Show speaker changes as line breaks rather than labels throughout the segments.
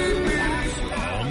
From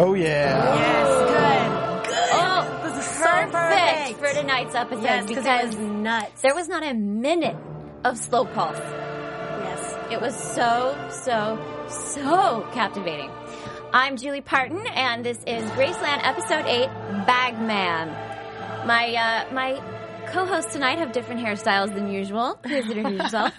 Oh yeah.
Yes, good. Good.
Oh,
this is
perfect,
perfect.
for tonight's episode
Yes, because it
because
was nuts.
there was not a minute of slow pulse.
Yes.
It was so, so, so captivating. I'm Julie Parton, and this is Graceland Episode 8, Bagman. My, uh, my co-hosts tonight have different hairstyles than usual. Please introduce yourself.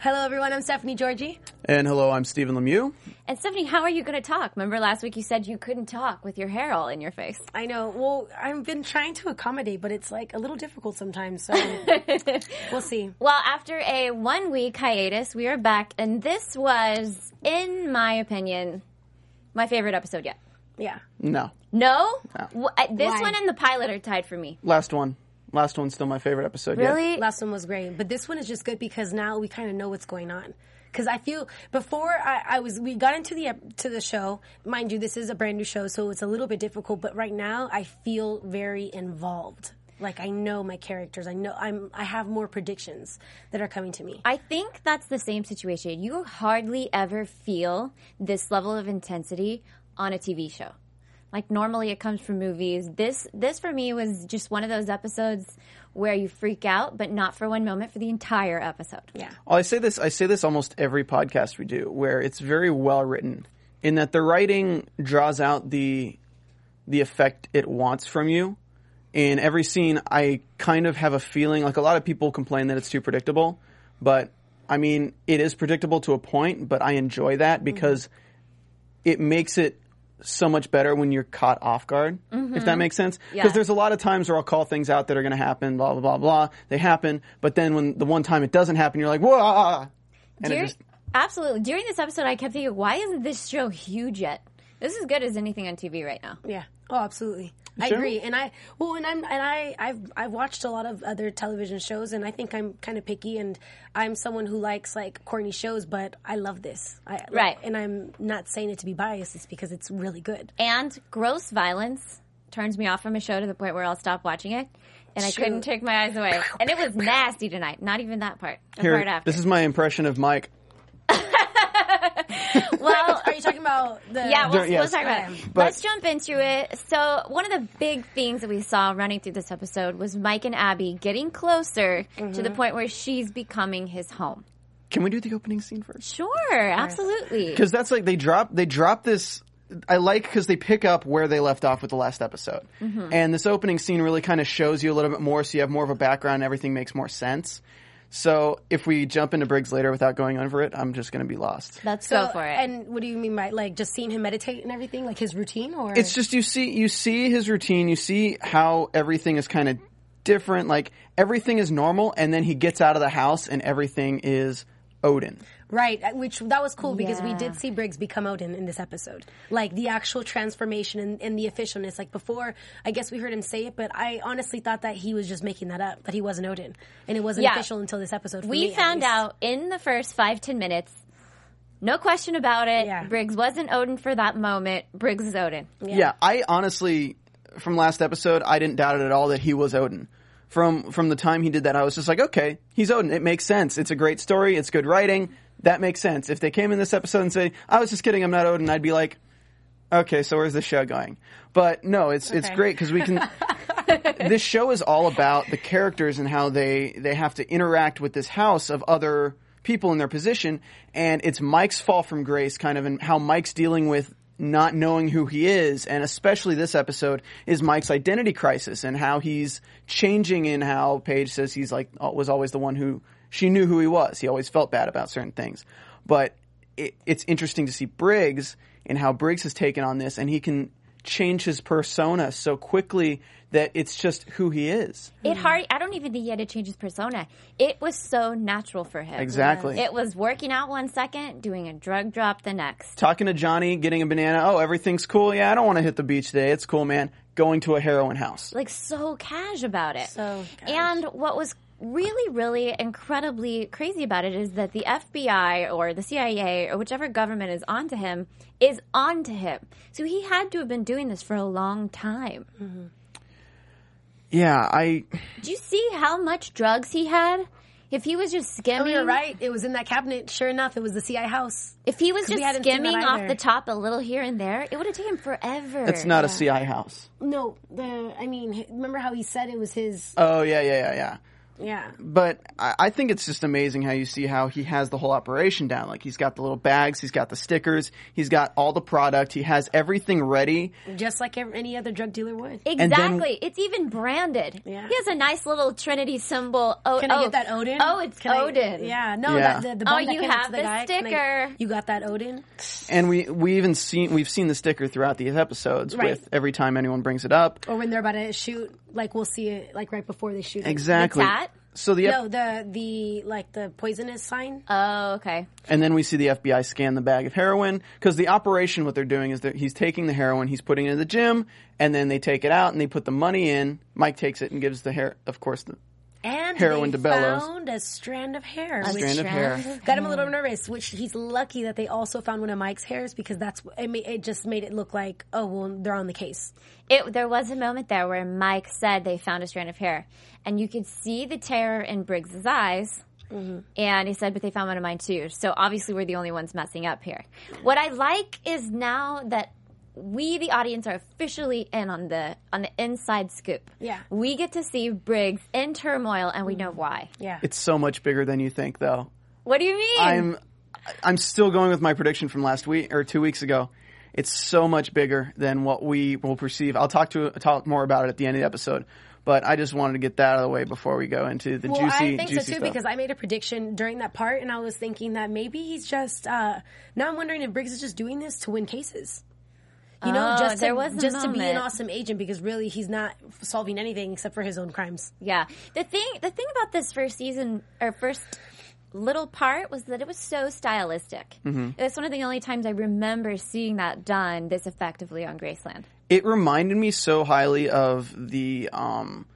Hello, everyone. I'm Stephanie Georgie.
And hello, I'm Stephen Lemieux.
And Stephanie, how are you going to talk? Remember last week you said you couldn't talk with your hair all in your face.
I know. Well, I've been trying to accommodate, but it's like a little difficult sometimes. So we'll see.
Well, after a one week hiatus, we are back, and this was, in my opinion, my favorite episode yet.
Yeah.
No,
No? Wh- uh, This
Why?
one and the pilot are tied for me.
last one. Last one's still my favorite episode. yet.
Really?
Last one was great, but this one is just good because now we kind of know what's going on. Because I feel before I, I was, we got into the ep- to the show. Mind you, this is a brand new show, so it's a little bit difficult. But right now, I feel very involved. Like I know my characters. I know I'm. I have more predictions that are coming to me.
I think that's the same situation. You hardly ever feel this level of intensity on a TV show. Like normally it comes from movies. This this for me was just one of those episodes where you freak out, but not for one moment, for the entire episode.
yeah.
Well, I say this. I say this almost every podcast we do, where it's very well written, in that the writing draws out the the effect it wants from you. In every scene, I kind of have a feeling like a lot of people complain that it's too predictable, but I mean, it is predictable to a point. But I enjoy that because it makes it so much better when you're caught off guard, if that makes sense. Because
Yeah.
there's a lot of times where I'll call things out that are going to happen, blah, blah, blah, blah. They happen. But then when the one time it doesn't happen, you're like, whoa. ah, And it
During-
just,
absolutely. During this episode, I kept thinking, why isn't this show huge yet? This is good as anything on TV right now.
Yeah. Oh, absolutely. I
Sure.
agree. And I well, and I'm and I I've I've watched a lot of other television shows, and I think I'm kind of picky, and I'm someone who likes like corny shows, but I love this. I,
Right.
And I'm not saying it to be biased. It's because it's really good.
And gross violence turns me off from a show to the point where I'll stop watching it. And I
Shoot.
couldn't take my eyes away. And it was nasty tonight. Not even that part. The part
here,
after.
this is my impression of Mike.
well, uh,
Are you talking about the
yeah, we'll,
Dur- yes.
we'll talk about it.
But-
Let's jump into it. So, one of the big themes that we saw running through this episode was Mike and Abby getting closer to
Mm-hmm.
the point where she's becoming his home.
Can we do the opening scene first?
Sure, absolutely.
because that's like they drop they drop this i like because they pick up where they left off with the last episode and this opening scene really kind of shows you a little bit more so you have more of a background everything makes more sense so if we jump into briggs later without going over it i'm just going to be lost
Let's
So,
go for it.
And what do you mean by like just seeing him meditate and everything, like his routine, or
it's just you see you see his routine you see how everything is kind of different like everything is normal and then he gets out of the house and everything is odin
Right, uh, which that was cool because we
Yeah.
did see Briggs become Odin in this episode. Like the actual transformation and, and the officialness. Like before, I guess we heard him say it, but I honestly thought that he was just making that up, that he wasn't Odin. And it wasn't
Yeah.
official until this episode. for
we
me, at
found
least.
out in the first five ten minutes no question about it
Yeah.
briggs wasn't odin for that moment briggs is odin
Yeah. I honestly, from last episode, I didn't doubt it at all that he was Odin. From from the time he did that, I was just like, okay, he's Odin. It makes sense. It's a great story. It's good writing. That makes sense. If they came in this episode and say, I was just kidding, I'm not Odin, I'd be like, okay, so where's the show going? But no, it's it's
Okay.
great because we can. this show is all about the characters and how they they have to interact with this house of other people in their position, and it's Mike's fall from grace, kind of, and how Mike's dealing with not knowing who he is, and especially this episode is Mike's identity crisis and how he's changing in how Paige says he's like was always the one who she knew who he was. He always felt bad about certain things, but it, it's interesting to see Briggs and how Briggs has taken on this, and he can change his persona so quickly that it's just who he is.
It hard. I don't even think he had to change his persona. It was so natural for him.
Exactly.
It was working out one second, doing a drug drop the next.
talking to Johnny, getting a banana. Oh, everything's cool. Yeah, I don't want to hit the beach today. It's cool, man. Going to a heroin house.
Like so cash about it.
So cash.
And what was really, really incredibly crazy about it is that the FBI or the CIA or whichever government is onto him is onto him. So he had to have been doing this for a long time.
Yeah, I.
Do you see how much drugs he had? If he was just
Oh,
skimming,
you're right. It was in that cabinet. Sure enough, it was the CI house.
If he was
we
just
hadn't seen
skimming
that
off
either.
the top a little here and there, it would have taken forever.
It's not a CI house.
No, the I mean, remember how he said it was his?
Oh yeah, yeah, yeah, yeah.
yeah.
But I, I think it's just amazing how you see how he has the whole operation down. Like he's got the little bags, he's got the stickers, he's got all the product, he has everything ready.
Just like ev- any other drug dealer would.
then-
Exactly. it's even branded.
Yeah.
He has a nice little Trinity symbol. Oh,
Can I
oh.
get that Odin?
Oh, it's
Can I-
Odin.
yeah, no,
Yeah.
That, the, the
Oh,
bun that
you
came up
have
to the,
the
guy, can I-
sticker.
you got that Odin?
And we we even seen we've seen the sticker throughout these episodes
Right.
with every time anyone brings it up.
Or when they're about to shoot, like we'll see it, like right before they shoot. it.
Exactly.
tat?
So the
No, the the like the poisonous sign.
Oh, okay.
And then we see the FBI scan the bag of heroin because the operation, what they're doing is that he's taking the heroin, he's putting it in the gym, and then they take it out and they put the money in. Mike takes it and gives the hair, of course, the
and
heroin
they
to Bellows.
found a strand of hair. which
strand of hair.
Got him a little nervous, which he's lucky that they also found one of Mike's hairs because that's it, ma- it just made it look like oh well they're on the case.
It, there was a moment there where Mike said they found a strand of hair, and you could see the terror in Briggs's eyes. And he said, but they found one of mine too. So obviously, we're the only ones messing up here. What I like is now that we, the audience, are officially in on the on the inside scoop.
Yeah.
we get to see Briggs in turmoil, and we know why.
Yeah,
It's so much bigger than you think, though.
What do you mean?
I'm, I'm still going with my prediction from last week or two weeks ago. It's so much bigger than what we will perceive. I'll talk to talk more about it at the end of the episode, but I just wanted to get that out of the way before we go into the
Well,
juicy,
I think
juicy
so too
stuff.
because I made a prediction during that part, and I was thinking that maybe he's just. Uh, now I'm wondering if Briggs is just doing this to win cases. You know,
Oh,
just to,
there was a
just to be an
moment.
awesome agent because really he's not solving anything except for his own crimes.
Yeah. The thing the thing about this first season or first little part was that it was so stylistic. It's one of the only times I remember seeing that done this effectively on Graceland.
it reminded me so highly of the um,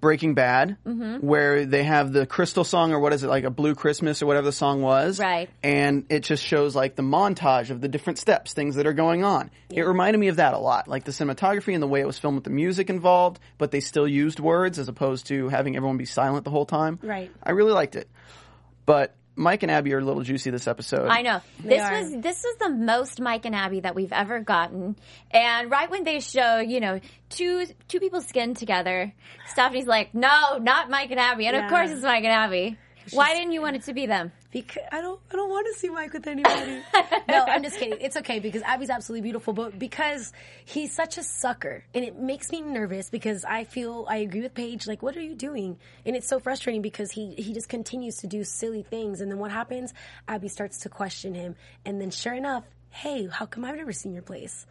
Breaking Bad,
Mm-hmm.
where they have the crystal song or what is it like a Blue Christmas or whatever the song was,
Right.
And it just shows like the montage of the different steps, things that are going on. It reminded me of that a lot, like the cinematography and the way it was filmed with the music involved, but they still used words as opposed to having everyone be silent the whole time.
Right.
I really liked it, but Mike and Abby are a little juicy this episode.
I know. This
are.
was this was the most Mike and Abby that we've ever gotten. And right when they show, you know, two two people skinned together, Stephanie's like, No, not Mike and Abby. And
Yeah.
of course it's Mike and Abby. Why didn't you want it to be them?
Because I don't, I don't want to see Mike with anybody. no, I'm just kidding. It's okay because Abby's absolutely beautiful, but because he's such a sucker, and it makes me nervous because I feel I agree with Paige. Like, what are you doing? And it's so frustrating because he he just continues to do silly things, and then what happens? Abby starts to question him, and then sure enough, hey, how come I've never seen your place?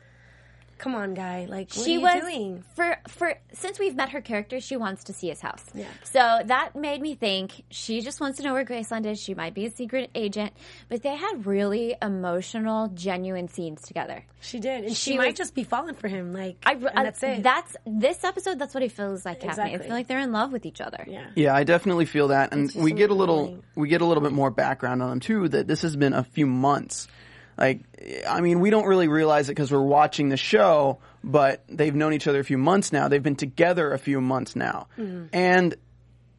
Come on, guy. Like, what
she
are you
was
doing?
for for since we've met her character, she wants to see his house. Yeah. So that made me think she just wants to know where Graceland is. She might be a secret agent, but they had really emotional, genuine scenes together.
She did, and she,
She
might
was-
just be falling for him. Like,
I,
and
I-
that's it.
That's this episode. That's what it feels like happening. I
Exactly.
feel like they're in love with each other.
yeah.
Yeah, I definitely feel that, and we
just
get a little
annoying.
we get a little bit more background on them too. That this has been a few months. Like, I mean, we don't really realize it because we're watching the show, but they've known each other a few months now. They've been together a few months now,
Mm-hmm.
and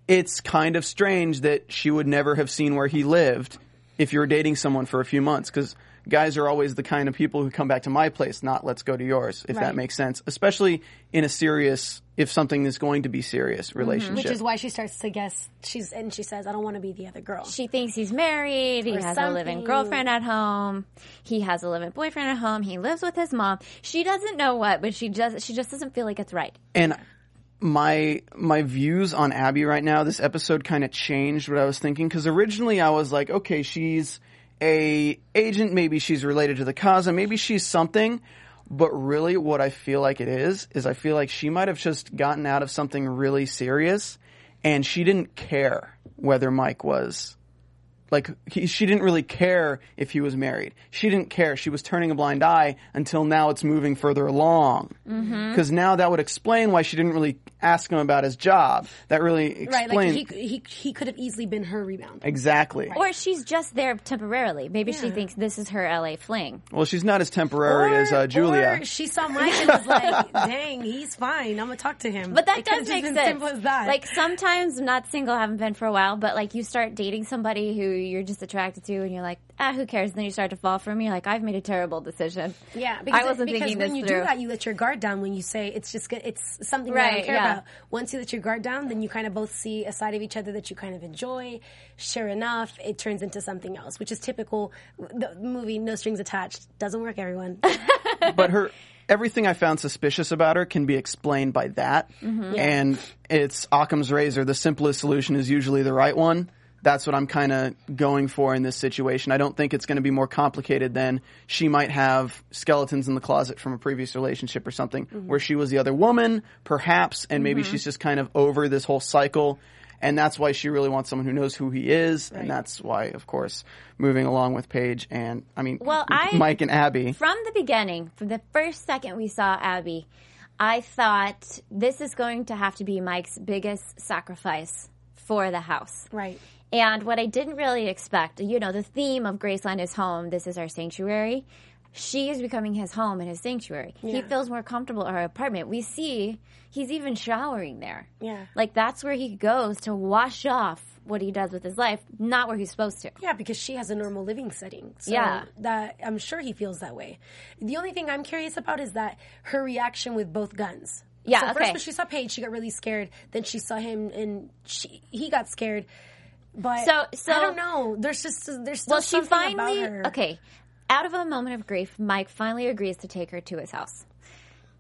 it's kind of strange that she would never have seen where he lived if you were dating someone for a few months because. Guys are always the kind of people who come back to my place, not let's go to yours, if that
Right.
makes sense. Especially in a serious, if something is going to be serious relationship.
Mm-hmm. Which is why she starts to guess. She's and she says, "I don't want to be the other girl."
She thinks he's married. He
Or
has a living
something.
girlfriend at home. He has a living boyfriend at home. He lives with his mom. She doesn't know what, but she just she just doesn't feel like it's right.
And my my views on Abby right now. This episode kind of changed what I was thinking because originally I was like, okay, she's a agent. Maybe she's related to the Kaza. Maybe she's something. But really, what I feel like it is is I feel like she might have just gotten out of something really serious, and she didn't care whether Mike was like he, she didn't really care if he was married. She didn't care. She was turning a blind eye until now it's moving further along.
Mm-hmm.
Because now that would explain why she didn't really ask him about his job. That really
Right,
explains
like he, he, he could have easily been her rebound.
exactly.
Or she's just there temporarily. Maybe she thinks this is her LA fling.
Well, she's not as temporary as uh, Julia.
Or she saw Mike and was like, dang, he's fine. I'm going to talk to him.
But that
It could've
does
just
make
been
sense.
simple as that.
Like sometimes not single, haven't been for a while, but like you start dating somebody who you're just attracted to, and you're like, ah, who cares? And then you start to fall for me. You're like, I've made a terrible decision.
Yeah, because,
I wasn't
because
thinking
when
this
you
through.
do that, you let your guard down when you say it's just good, it's something that I
Right,
don't care
yeah.
about. Once you let your guard down, then you kind of both see a side of each other that you kind of enjoy. Sure enough, it turns into something else, which is typical. The movie No Strings Attached doesn't work, everyone.
but her everything I found suspicious about her can be explained by that.
Mm-hmm.
And it's Occam's razor. The simplest solution is usually the right one. That's what I'm kind of going for in this situation. I don't think it's going to be more complicated than she might have skeletons in the closet from a previous relationship or something
Mm-hmm.
where she was the other woman, perhaps, and maybe she's just kind of over this whole cycle. And that's why she really wants someone who knows who he is. And that's why, of course, moving along with Paige and, I mean,
Well, I-
Mike and Abby.
From the beginning, from the first second we saw Abby, I thought this is going to have to be Mike's biggest sacrifice for the house.
right.
And what I didn't really expect, you know, the theme of Graceland is home. This is our sanctuary. She is becoming his home and his sanctuary. He feels more comfortable in her apartment. We see he's even showering there.
Yeah.
Like that's where he goes to wash off what he does with his life, not where he's supposed to.
Yeah, because she has a normal living setting. So
Yeah.
that I'm sure he feels that way. The only thing I'm curious about is that her reaction with both guns.
Yeah,
So first
okay.
when she saw Paige, she got really scared. Then she saw him, and she he got scared. But
So- so-
I don't know. There's just there's still
Well, she
something
finally
about her.
okay. Out of a moment of grief, Mike finally agrees to take her to his house.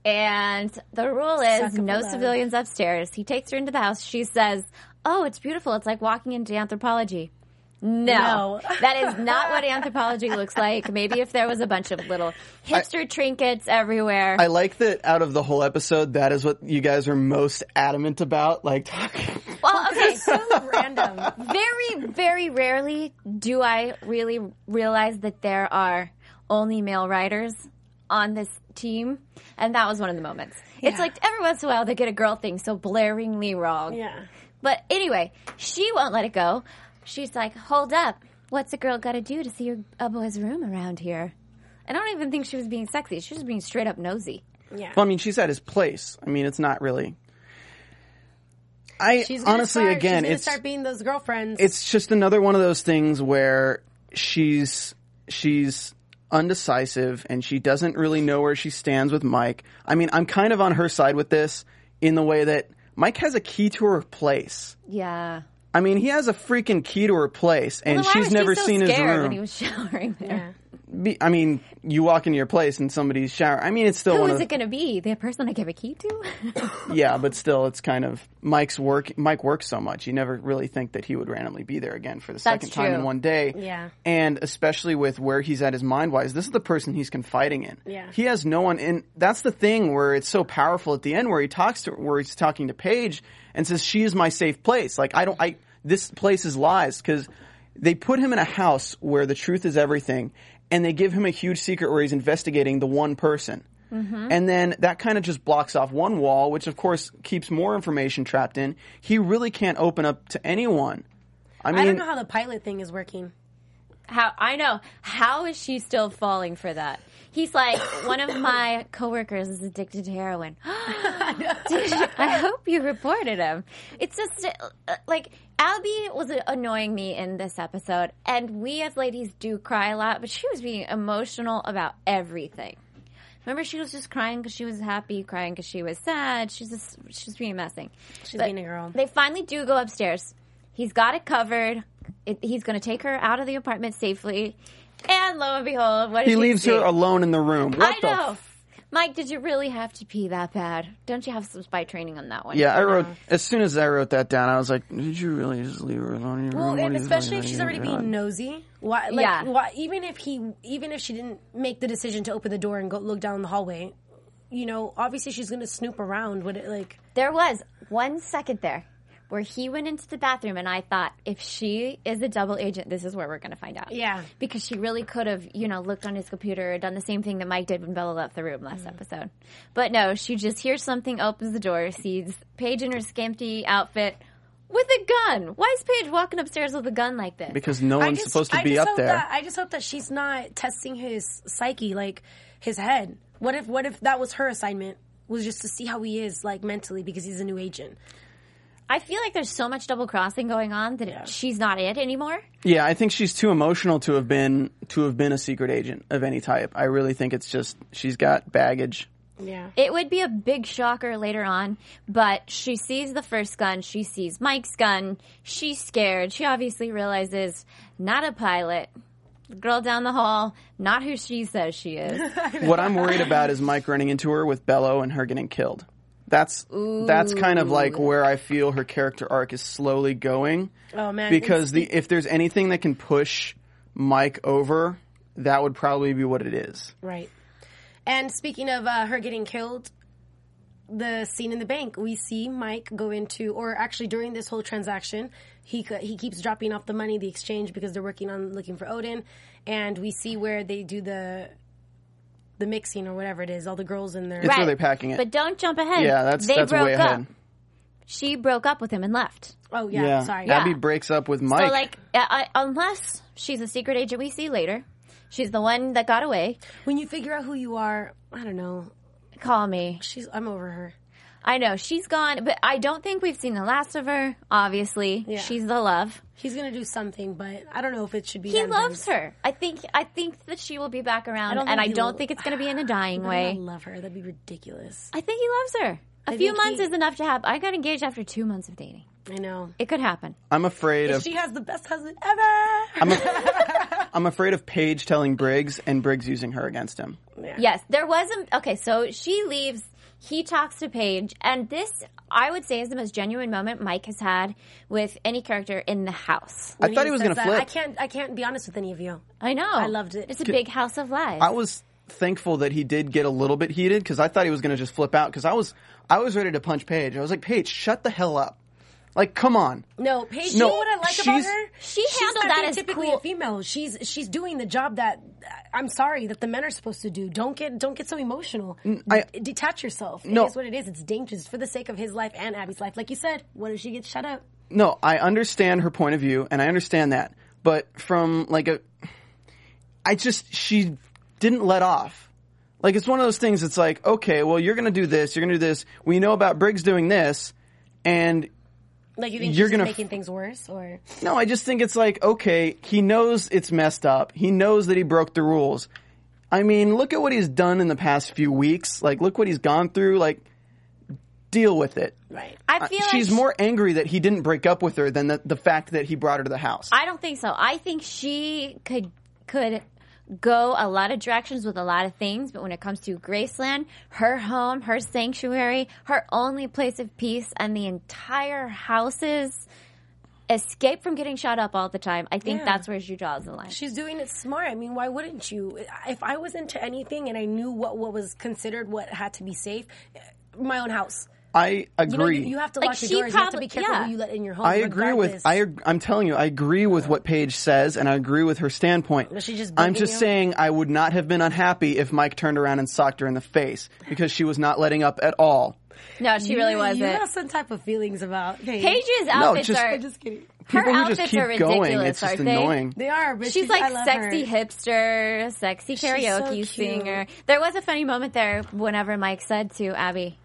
And the rule is
Suck up
no
love.
civilians upstairs. He takes her into the house. She says, "Oh, it's beautiful. It's like walking into anthropology." No,
No.
that is not what anthropology looks like. Maybe if there was a bunch of little hipster trinkets everywhere.
I like that out of the whole episode, that is what you guys are most adamant about. Like,
well, okay,
So random.
very, very rarely do I really realize that there are only male writers on this team, and that was one of the moments. It's like every once in a while they get a girl thing so blaringly wrong.
Yeah.
But anyway, she won't let it go. She's like, "Hold up, what's a girl got to do to see your, a boy's room around here?" And I don't even think she was being sexy. She was being straight up nosy.
Yeah.
well, I mean, she's at his place. I mean, it's not really. I
She's gonna
honestly,
start-
again,
she's gonna
it's
start being those girlfriends.
it's just another one of those things where she's she's undecisive and she doesn't really know where she stands with Mike. I mean, I'm kind of on her side with this in the way that Mike has a key to her place.
Yeah.
I mean, he has a freaking key to her place, and
Why was
she's
she
never
so
seen his
scared
room.
when he was showering there.
yeah.
be, I mean, you walk into your place and somebody's shower. I mean, it's still
Who
one
is
of
it going to be? The person I give a key to?
yeah, but still, it's kind of Mike's work. Mike works so much, you never really think that he would randomly be there again for the second time
true.
in one day.
Yeah.
and especially with where he's at his mind wise, this is the person he's confiding in.
Yeah.
he has no one, and that's the thing where it's so powerful at the end, where he talks to, where he's talking to Paige and says, "She is my safe place." Like I don't, I this place is lies because they put him in a house where the truth is everything, and they give him a huge secret where he's investigating the one person.
Mm-hmm.
And then that kind of just blocks off one wall, which of course keeps more information trapped in. He really can't open up to anyone. I mean,
I don't know how the pilot thing is working.
How I know. How is she still falling for that? He's like, one of my coworkers is addicted to heroin. Dude, I hope you reported him. It's just uh, like Abby was annoying me in this episode, and we as ladies do cry a lot, but she was being emotional about everything. Remember, she was just crying because she was happy, crying because she was sad. She's just she was being a mess thing.
She's being a girl.
They finally do go upstairs. He's got it covered. It, he's going to take her out of the apartment safely. And lo and behold, what
he leaves her
alone.
alone in the room. What
I
the
know.
f-
Mike, did you really have to pee that bad? Don't you have some spy training on that one?
Yeah, I wrote as soon as I wrote that down, I was like, "Did you really just leave her alone in your
Well,
room? What
Oh, and
are you Oh
especially
doing?
if she's
What are
already
you
being
doing?"
nosy. Why, like,
Yeah.
why, even if he, even if she didn't make the decision to open the door and go look down the hallway, you know, obviously she's gonna snoop around. Would it like?
There was one second there where he went into the bathroom, and I thought, if she is the double agent, this is where we're going to find out.
Yeah.
Because she really could have, you know, looked on his computer, done the same thing that Mike did when Bella left the room last episode. But no, she just hears something, opens the door, sees Paige in her skimpy outfit with a gun. Why is Paige walking upstairs with a gun like this?
Because no
I
one's
just-
supposed to
I
be
just
up
hope
there.
That, I just hope that she's not testing his psyche, like his head. What if, what if that was her assignment? Was just to see how he is like mentally because he's a new agent.
I feel like there's so much double crossing going on that it, she's not it anymore.
Yeah, I think she's too emotional to have been to have been a secret agent of any type. I really think it's just she's got baggage.
Yeah.
It would be a big shocker later on, but she sees the first gun, she sees Mike's gun, she's scared. She obviously realizes not a pilot. The girl down the hall, not who she says she is.
What I'm worried about is Mike running into her with Bello and her getting killed. That's that's kind of like where I feel her character arc is slowly going.
Oh, man.
Because the if there's anything that can push Mike over, that would probably be what it is.
Right. And speaking of uh, her getting killed, the scene in the bank, we see Mike go into, or actually during this whole transaction, he co- he keeps dropping off the money, the exchange, because they're working on looking for Odin, and we see where they do the the mixing or whatever it is, all the girls in there.
It's really packing it.
But don't jump ahead.
yeah, that's
they
that's
broke
way
up.
ahead.
She broke up with him and left.
Oh yeah, sorry.
Abby breaks up with Mike.
So, like, I, I- unless she's a secret agent we see later, she's the one that got away.
When you figure out who you are, I don't know.
Call me.
She's I'm over her.
I know she's gone, but I don't think we've seen the last of her. Obviously, she's the love.
He's gonna do something, but I don't know if it should be.
He
them.
loves her. I think. I think that she will be back around,
don't
and
think
I
he
don't
will.
think it's going to be in a dying
I
way.
love her. That'd be ridiculous.
I think he loves her. A
I
few
think
months
he-
is enough to have. I got engaged after two months of dating.
I know.
It could happen.
I'm afraid of
She has the best husband ever.
I'm, af- I'm afraid of Paige telling Briggs and Briggs using her against him.
Yes, there was a. Okay, so she leaves. He talks to Paige, and this I would say is the most genuine moment Mike has had with any character in the house.
I thought he was
says
going to
that,
flip.
I can't. I can't be honest with any of you.
I know. I
loved it.
It's a big house of lies.
I was thankful that he did get a little bit heated because I thought he was going to just flip out because I was I was ready to punch Paige. I was like, Paige, shut the hell up! Like, come on.
No, Paige.
No,
you know what I like about
she's-
her?
She
She's
handled
not
that
being
as
typically
cool.
a female. She's she's doing the job that I'm sorry that the men are supposed to do. Don't get don't get so emotional.
I-
D- Detach yourself.
No.
It is what it is. It's dangerous for the sake of his life and Abby's life. Like you said, what if she gets shut up?
No, I understand her point of view and I understand that, but from like a, I just she didn't let off. Like it's one of those things. It's like, okay, well, you're going to do this. You're going to do this. We know about Briggs doing this, and
Like you think
You're
she's
gonna
making things worse, or
No, I just think it's like, okay, he knows it's messed up. He knows that he broke the rules. I mean, look at what he's done in the past few weeks. Like, look what he's gone through. Like, deal with it.
right?
I feel
She's
like
more angry that he didn't break up with her than the, the fact that he brought her to the house.
I don't think so. I think she could could go a lot of directions with a lot of things, but when it comes to Graceland, her home, her sanctuary, her only place of peace, and the entire house's escape from getting shot up all the time, I think
Yeah.
that's where she draws the line.
She's doing it smart. I mean, why wouldn't you? If I was into anything and I knew what what was considered what had to be safe, my own house.
I
You know,
agree.
you, you have to
Like,
lock your
she
doors. you have to
probably-
be careful
yeah.
who you let in your home.
I agree with
regardless.
I. ag- I'm telling you, I agree with what Paige says, and I agree with her standpoint.
she just
I'm
bugging
just
you?
saying I would not have been unhappy if Mike turned around and socked her in the face because she was not letting up at all.
no, she really
You-
wasn't.
You have some type of feelings about Paige.
Paige's outfits
just-
are
I'm just kidding.
her
People who
outfits
just keep
are ridiculous,
going, it's just
aren't they?
annoying.
They are, but
She's,
she's, I
like
love
sexy
her.
hipster, sexy
so
karaoke
cute.
singer. There was a funny moment there whenever Mike said to Abby,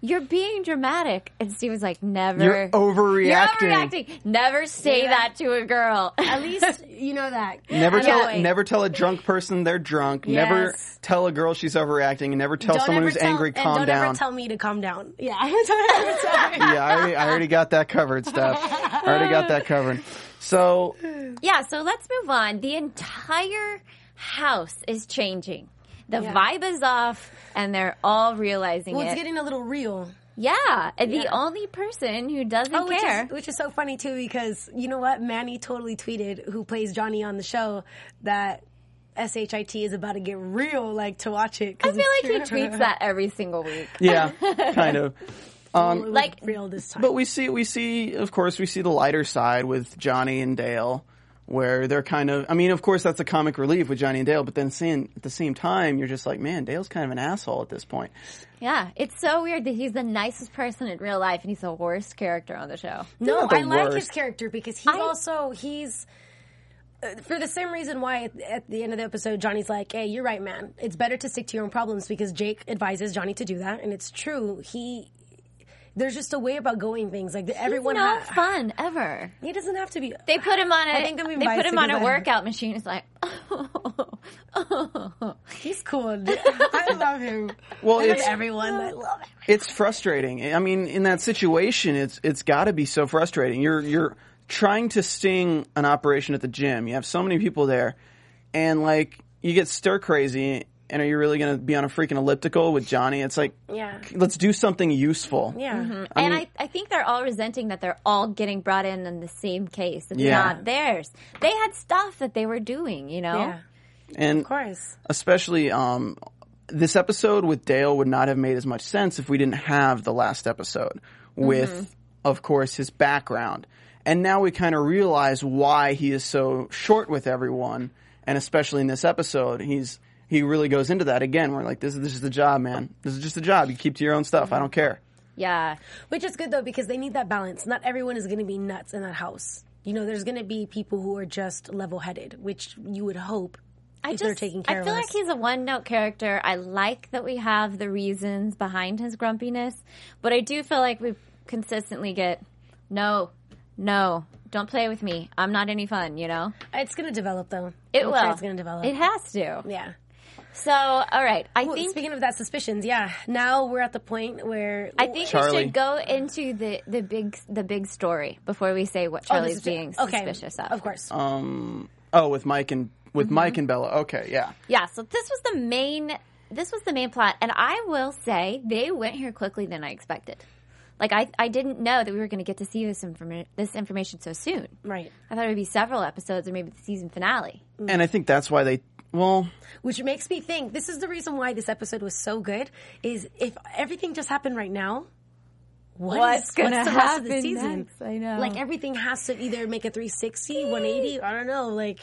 "You're being dramatic," and Steve was like, "Never,
You're overreacting."
You're overreacting. Never say
Yeah.
that to a girl."
At least you know that.
Never
I
tell
know it.
never tell a drunk person they're drunk. Never
Yes.
tell a girl she's overacting, and never tell
Don't
someone
ever
who's
tell-
angry
and
calm
don't
down.
ever tell me to calm down. Yeah, don't ever tell me.
yeah, I already, I already got that covered, Steph. I already got that covered. So
yeah. So let's move on. The entire house is changing. The
Yeah.
vibe is off, and they're all realizing
Well, it's
it.
getting a little real.
yeah, and the
Yeah.
only person who doesn't
Oh, which
care.
is, which is so funny too because you know what? Manny totally tweeted, who plays Johnny on the show, that SHIT is about to get real, like to watch it.
I feel like he tweets that every single week.
Yeah, kind of.
like
like-
real this time.
But we see, we see, of course, we see the lighter side with Johnny and Dale, where they're kind of. I mean, of course, that's a comic relief with Johnny and Dale, but then seeing at the same time, you're just like, man, Dale's kind of an asshole at this point.
Yeah, it's so weird that he's the nicest person in real life, and he's the worst character on the show.
No,
not the
I like his
worst.
character because he's
I-
also he's uh, for the same reason why at, at the end of the episode Johnny's like, "Hey, you're right, man. It's better to stick to your own problems because Jake advises Johnny to do that, and it's true. He there's just a way about going things like that everyone
He's no
ha-
fun ever.
He doesn't have to be.
They put him on a.
I think I'm
they put him on
biased
a
because I-
workout machine. It's like,
He's cool. I love him.
Well,
I love
it's-
everyone. I love him.
It's frustrating. I mean, in that situation, it's it's got to be so frustrating. You're you're trying to sting an operation at the gym. You have so many people there, and like you get stir crazy. And are you really going to be on a freaking elliptical with Johnny? It's like,
Yeah.
let's do something useful.
Yeah.
and I, I think they're all resenting that they're all getting brought in in the same case. It's
Yeah.
not theirs. They had stuff that they were doing, you know.
Yeah. Oh, Of
And
course.
especially um, this episode with Dale would not have made as much sense if we didn't have the last episode with, of course, his background. And now we kind of realize why he is so short with everyone, and especially in this episode, he's he really goes into that again. We're like, this is this is the job, man. This is just the job. You keep to your own stuff. I don't care.
Yeah.
Which is good though because they need that balance. Not everyone is going to be nuts in that house. You know, there's going to be people who are just level-headed, which you would hope
I
if they're taking care
I
of
feel
us.
like he's a one note character. I like that we have the reasons behind his grumpiness, but I do feel like we consistently get no, no, don't play with me. I'm not any fun, you know?
it's going to develop though.
It
I'm sure
will.
It's going to develop.
It has to.
yeah.
So, all right. I
Well,
think
speaking of that, suspicions. Yeah. Now we're at the point where
I think we
Charlie.
should go into the, the big the big story before we say what
Oh, the
Charlie's
suspi-
being
okay,
suspicious of.
Of course.
Oh, with Mike and with Mike and Bella. Okay, yeah.
Yeah, so this was the main this was the main plot and I will say they went here quickly than I expected. Like I I didn't know that we were going to get to see this informa- this information so soon.
right.
I thought it would be several episodes or maybe the season finale.
And I think that's why they. Well,
which makes me think this is the reason why this episode was so good is if everything just happened right now
What's
is-
gonna
what's the rest of the
happen
season
next? I know.
like everything has to either make a 360 180 i don't know like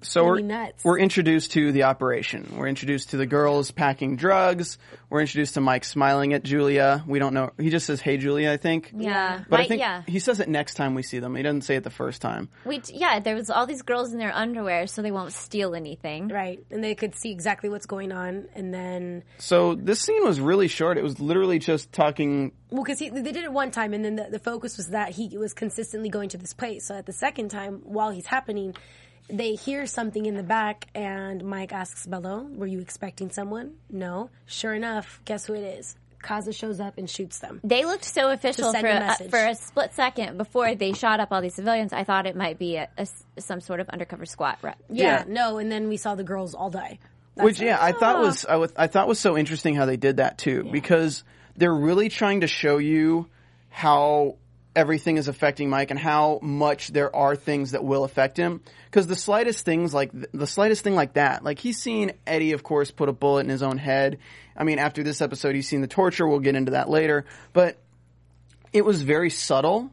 So
gonna
we're,
be nuts.
we're introduced to the operation. We're introduced to the girls packing drugs. We're introduced to Mike smiling at Julia. We don't know. He just says, "Hey, Julia," I think.
Yeah.
But
right,
I think
yeah.
he says it next time we see them. He doesn't say it the first time.
We yeah, there was all these girls in their underwear so they won't steal anything.
right and they could see exactly what's going on and then
So this scene was really short. It was literally just talking.
well because they did it one time and then the, the focus was that he was consistently going to this place so at the second time while he's happening they hear something in the back and mike asks bello were you expecting someone no sure enough guess who it is kaza shows up and shoots them
They looked so official
send
for
a
a,
message.
for a split second before they shot up all these civilians. I thought it might be a, a s- some sort of undercover squat rep.
Yeah,
Yeah.
no, and then we saw the girls all die. Ah.
which yeah, I thought was I, was I thought was so interesting how they did that too because they're really trying to show you how everything is affecting Mike and how much there are things that will affect him because the slightest things like th- the slightest thing like that like he's seen Eddie of course put a bullet in his own head. I mean after this episode he's seen the torture. We'll get into that later, but it was very subtle,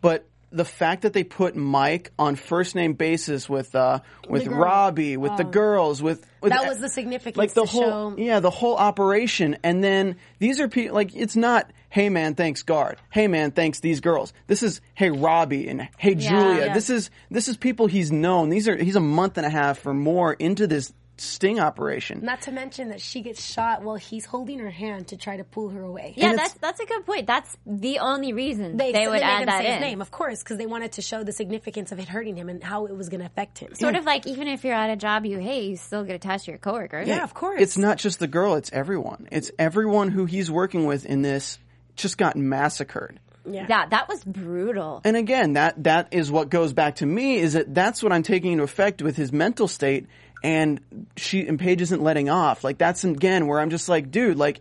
but. The fact that they put Mike on first name basis with uh, with
The girl. Oh.
Robbie, with the girls, with, with
That was the significance
like the
to
whole
show-
yeah the whole operation and then these are people like it's not hey man thanks guard hey man thanks these girls this is hey robbie and hey julia
Yeah.
this is this is people he's known these are he's a month and a half or more into this sting operation
Not to mention that she gets shot while he's holding her hand to try to pull her away.
Yeah,
And
that's
it's-
that's a good point. That's the only reason they,
so
would
made him
add that
say his
in.
name, of course, because they wanted to show the significance of it hurting him and how it was going to affect him.
Sort of like even if you're at a job you hate, you still get attached to your coworkers.
yeah, of course.
it's not just the girl it's everyone it's everyone who he's working with in this just got massacred
Yeah.
Yeah, that was brutal.
and again that that is what goes back to me is that that's what i'm taking into effect with his mental state and she and paige isn't letting off like that's again where i'm just like dude like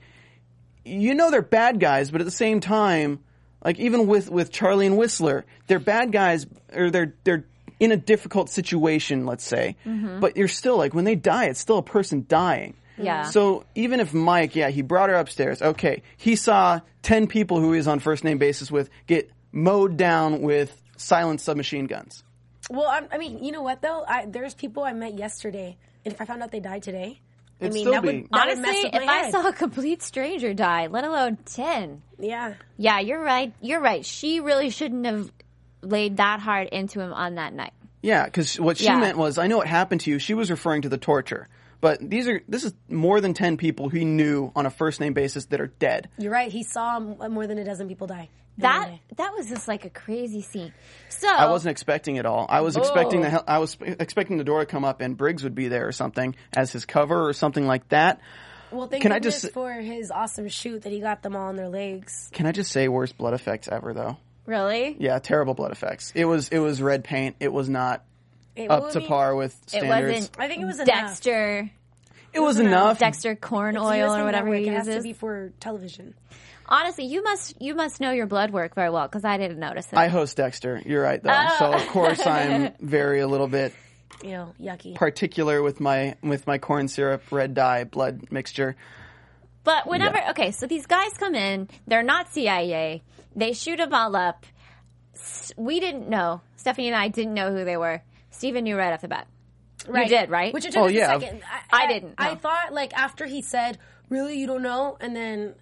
you know they're bad guys but at the same time like even with with charlie and whistler they're bad guys or they're they're in a difficult situation let's say
Mm-hmm.
but you're still like when they die it's still a person dying
Yeah.
so even if Mike, yeah, he brought her upstairs. Okay, he saw ten people who he was on first name basis with get mowed down with silent submachine guns.
Well, I, I mean, you know what though? I, there's people I met yesterday, and if I found out they died today, I
It'd
mean,
still
that
be-
would that would mess
Honestly,
with
if
my
I
head.
saw a complete stranger die, let alone 10,
yeah,
yeah, you're right. You're right. She really shouldn't have laid that hard into him on that night.
Yeah, because what she
Yeah.
meant was, I know what happened to you. She was referring to the torture, but these are this is more than ten people he knew on a first name basis that are dead.
you're right. He saw m- more than a dozen people die. in one
That
day.
that was just like a crazy scene. So
I
Oh.
wasn't expecting it all. I was expecting the hel- I was expecting the door to come up and Briggs would be there or something as his cover or something like that.
Well, thank
Can I
goodness
just-
for his awesome shoot that he got them all on their legs.
Can I just say worst blood effects ever though?
really
Yeah, terrible blood effects. It was it was red paint. It was not
It-
up
well, I
to
mean,
par with
it
standards.
wasn't.
I think it was enough.
Dexter.
it was
Mm-hmm.
enough.
Dexter corn
it's
oil
US
or whatever
network.
he
It has to
uses.
be for television.
Honestly, you must you must know your blood work very well because I didn't notice it.
I host Dexter. You're right though. So
Oh.
of course I'm very a little bit
Ew, yucky.
particular with my with my corn syrup red dye blood mixture.
But whenever, okay, so these guys come in, they're not CIA, they shoot them all up. S- We didn't know, Stephanie and I didn't know who they were. Steven knew right off the bat.
Right.
did, right?
Which it took
Oh,
us
yeah.
a second.
I didn't,
I
no.
thought like after he said, "Really, you don't know," and then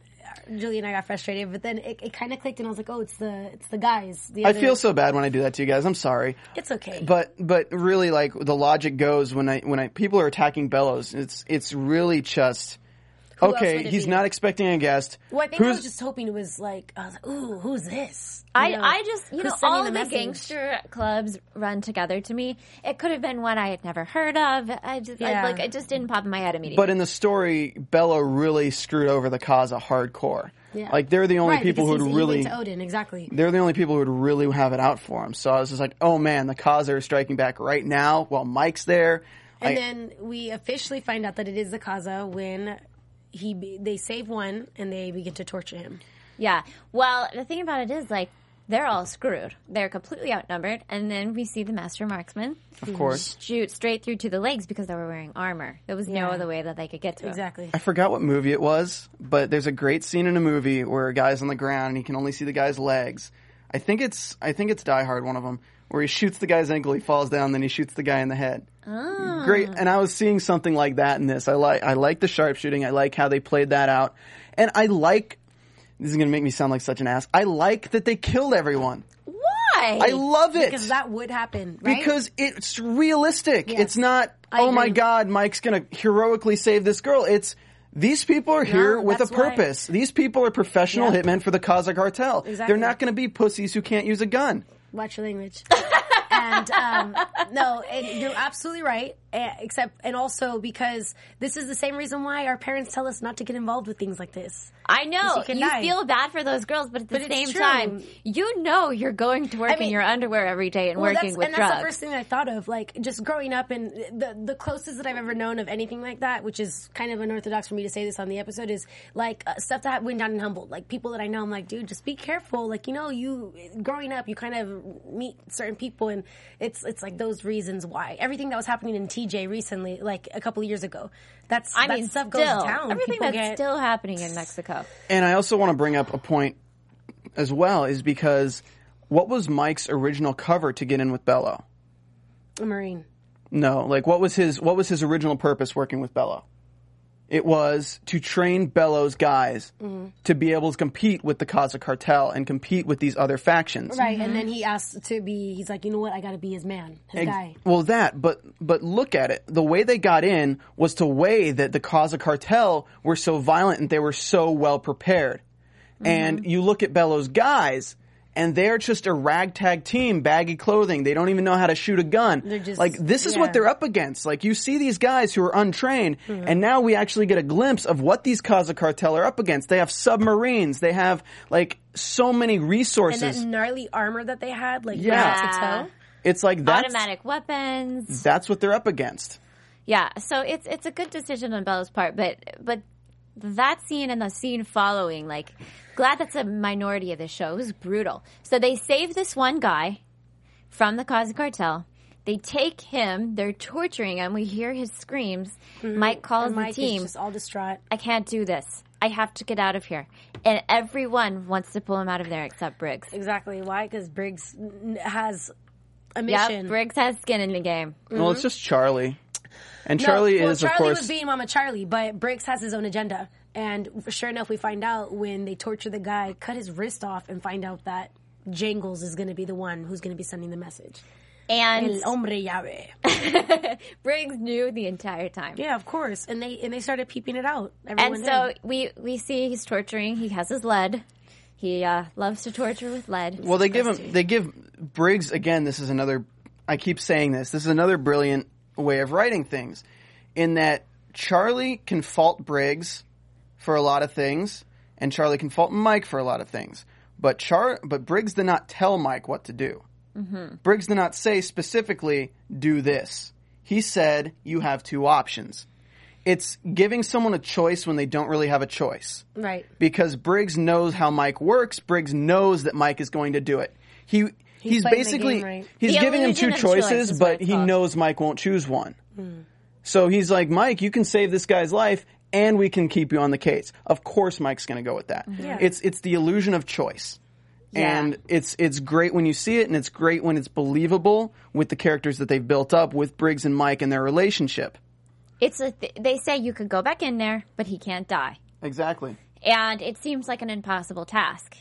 uh, Julie and I got frustrated, but then it, it kind of clicked, and I was like, "Oh, it's the it's the guys." The
I
other-
feel so bad when I do that to you guys. I'm sorry.
It's okay.
But but really like the logic goes when I when I people are attacking Bellows, it's it's really just
else would
okay,
it
he's
be?
not expecting a guest.
well, I think I
Who's
was just hoping it was like, I was like, "Ooh, who's this?" You
I,
know,
I just, you
who's
know,
sending
all of the
message?
gangster clubs run together to me. It could have been one I had never heard of. I just, I,
Yeah.
like, it just didn't pop in my head immediately.
But in the story, Bella really screwed over the Kaza hardcore.
Yeah.
Like they're the only
Right,
people who
because
would
he's- he went
really
to Odin exactly.
they're the only people who would really have it out for him. So I was just like, oh man, the Kaza are striking back right now while Mike's there.
And
I-
then we officially find out that it is the Kaza when he be- they save one and they begin to torture him.
yeah. Well, the thing about it is, like, they're all screwed. They're completely outnumbered. And then we see the master marksman.
Hmm.
of course,
shoot straight through to the legs because they were wearing armor. There was no
Yeah.
other way that they could get to him.
Exactly.
I forgot what movie it was, but there's a great scene in a movie where a guy's on the ground and he can only see the guy's legs. I think it's I think it's Die Hard, one of them, where he shoots the guy's ankle, he falls down, then he shoots the guy in the head.
Ah.
Great, and I was seeing something like that in this. I like I like the sharpshooting. I like how they played that out, and I like. This is going to make me sound like such an ass. I like that they killed everyone.
Why?
I love it.
Because that would happen, right?
because it's realistic. It's not,
I
oh my
agree.
God, Mike's going to heroically save this girl. It's, these people are here with a
that's why-
purpose. These people are professional
Yeah.
hitmen for the Kazakh cartel.
Exactly.
They're not going to be pussies who can't use a gun.
Watch your language. and um, no, and you're absolutely right. eh, Except, and also because this is the same reason why our parents tell us not to get involved with things like this.
I know
Because you can
you
die.
feel bad for those girls, but at the
But it's
same
true.
time, you know you're going to work in
mean-
your underwear every day and
Well,
working
that's,
with
and
drugs.
that's the first thing I thought of. Like just growing up, and the the closest that I've ever known of anything like that, which is kind of unorthodox for me to say this on the episode, is like uh, stuff that went down in Humboldt. Like people that I know, I'm like, dude, just be careful. Like you know, you growing up, you kind of meet certain people, and it's it's like those reasons why everything that was happening in TJ recently, like a couple of years ago. That's
I
that
mean,
stuff
still,
goes down.
everything
People
that's
get-
still happening in Mexico.
And I also want to bring up a point as well is because what was Mike's original cover to get in with Bello?
a marine.
No, like what was his what was his original purpose working with Bello? It was to train Bello's guys to be able to compete with the Kazakh cartel and compete with these other factions.
Mm-hmm.
Right, and then he asked to be. He's like, you know what? I got to be his man, his guy.
Well, that, but but look at it. The way they got in was to way that the Kazakh cartel were
Mm-hmm.
so violent and they were so well prepared. And you look at Bello's guys, and they're just a ragtag team, baggy clothing. They don't even know how to shoot a gun.
They're just-
like this is
yeah. Mm-hmm.
what they're up against. Like you see these guys who are untrained, and now we actually get a glimpse of what these Kaza cartel are up against. They have submarines. They have like so many
and that
resources.
gnarly armor that they had, like
Yeah.
yeah. to toe.
it's like that's
Uh, Automatic weapons.
that's what they're up against.
Yeah, so it's it's a good decision on Bella's part, but but that scene and the scene following, like, glad that's a minority of the show. It was brutal. So they save this one guy from the Cause Cartel. They take him. They're torturing him. We hear his screams. Mike calls
Mm-hmm. And Mike
the team.
is just all distraught.
I can't do this. I have to get out of here. And everyone wants to pull him out of there except Briggs.
Exactly. Why? Because Briggs n- has a
Yeah,
mission.
Briggs has skin in the game.
Well, it's just Charlie, and
Mm-hmm. No,
Charlie
well,
is
Charlie
of course.
was being Mama Charlie, but Briggs has his own agenda. And sure enough, we find out when they torture the guy, cut his wrist off, and find out that Jangles is going to be the one who's going to be sending the message. El
And
hombre llave.
Briggs knew the entire time.
yeah, of course. And they and they started peeping it out. Everyone
And so
did.
we we see he's torturing. He has his lead. He uh, loves to torture with lead.
Well, they give him. They give Briggs again. This is another. I keep saying this. This is another brilliant way of writing things, in that Charlie can fault Briggs for a lot of things, and Charlie can fault Mike for a lot of things. But Char, but Briggs did not tell Mike what to do.
Mm-hmm.
Briggs did not say specifically, "Do this." He said, "You have two options." It's giving someone a choice when they don't really have a choice
right.
because Briggs knows how Mike works. Briggs knows that Mike is going to do it. He he's,
playing the
basically
game right.
he's
The
giving him two
illusion of choice
choices,
is what
but
it's
he
called.
knows Mike won't choose one.
Hmm.
So he's like, Mike, you can save this guy's life, and we can keep you on the case. Of course, Mike's going to go with that.
Yeah.
It's it's the illusion of choice. And it's it's great when you see it, and it's great when it's believable with the characters that they've built up with Briggs and Mike and their relationship.
It's a th- they say you could go back in there, but he can't die.
Exactly.
And it seems like an impossible task.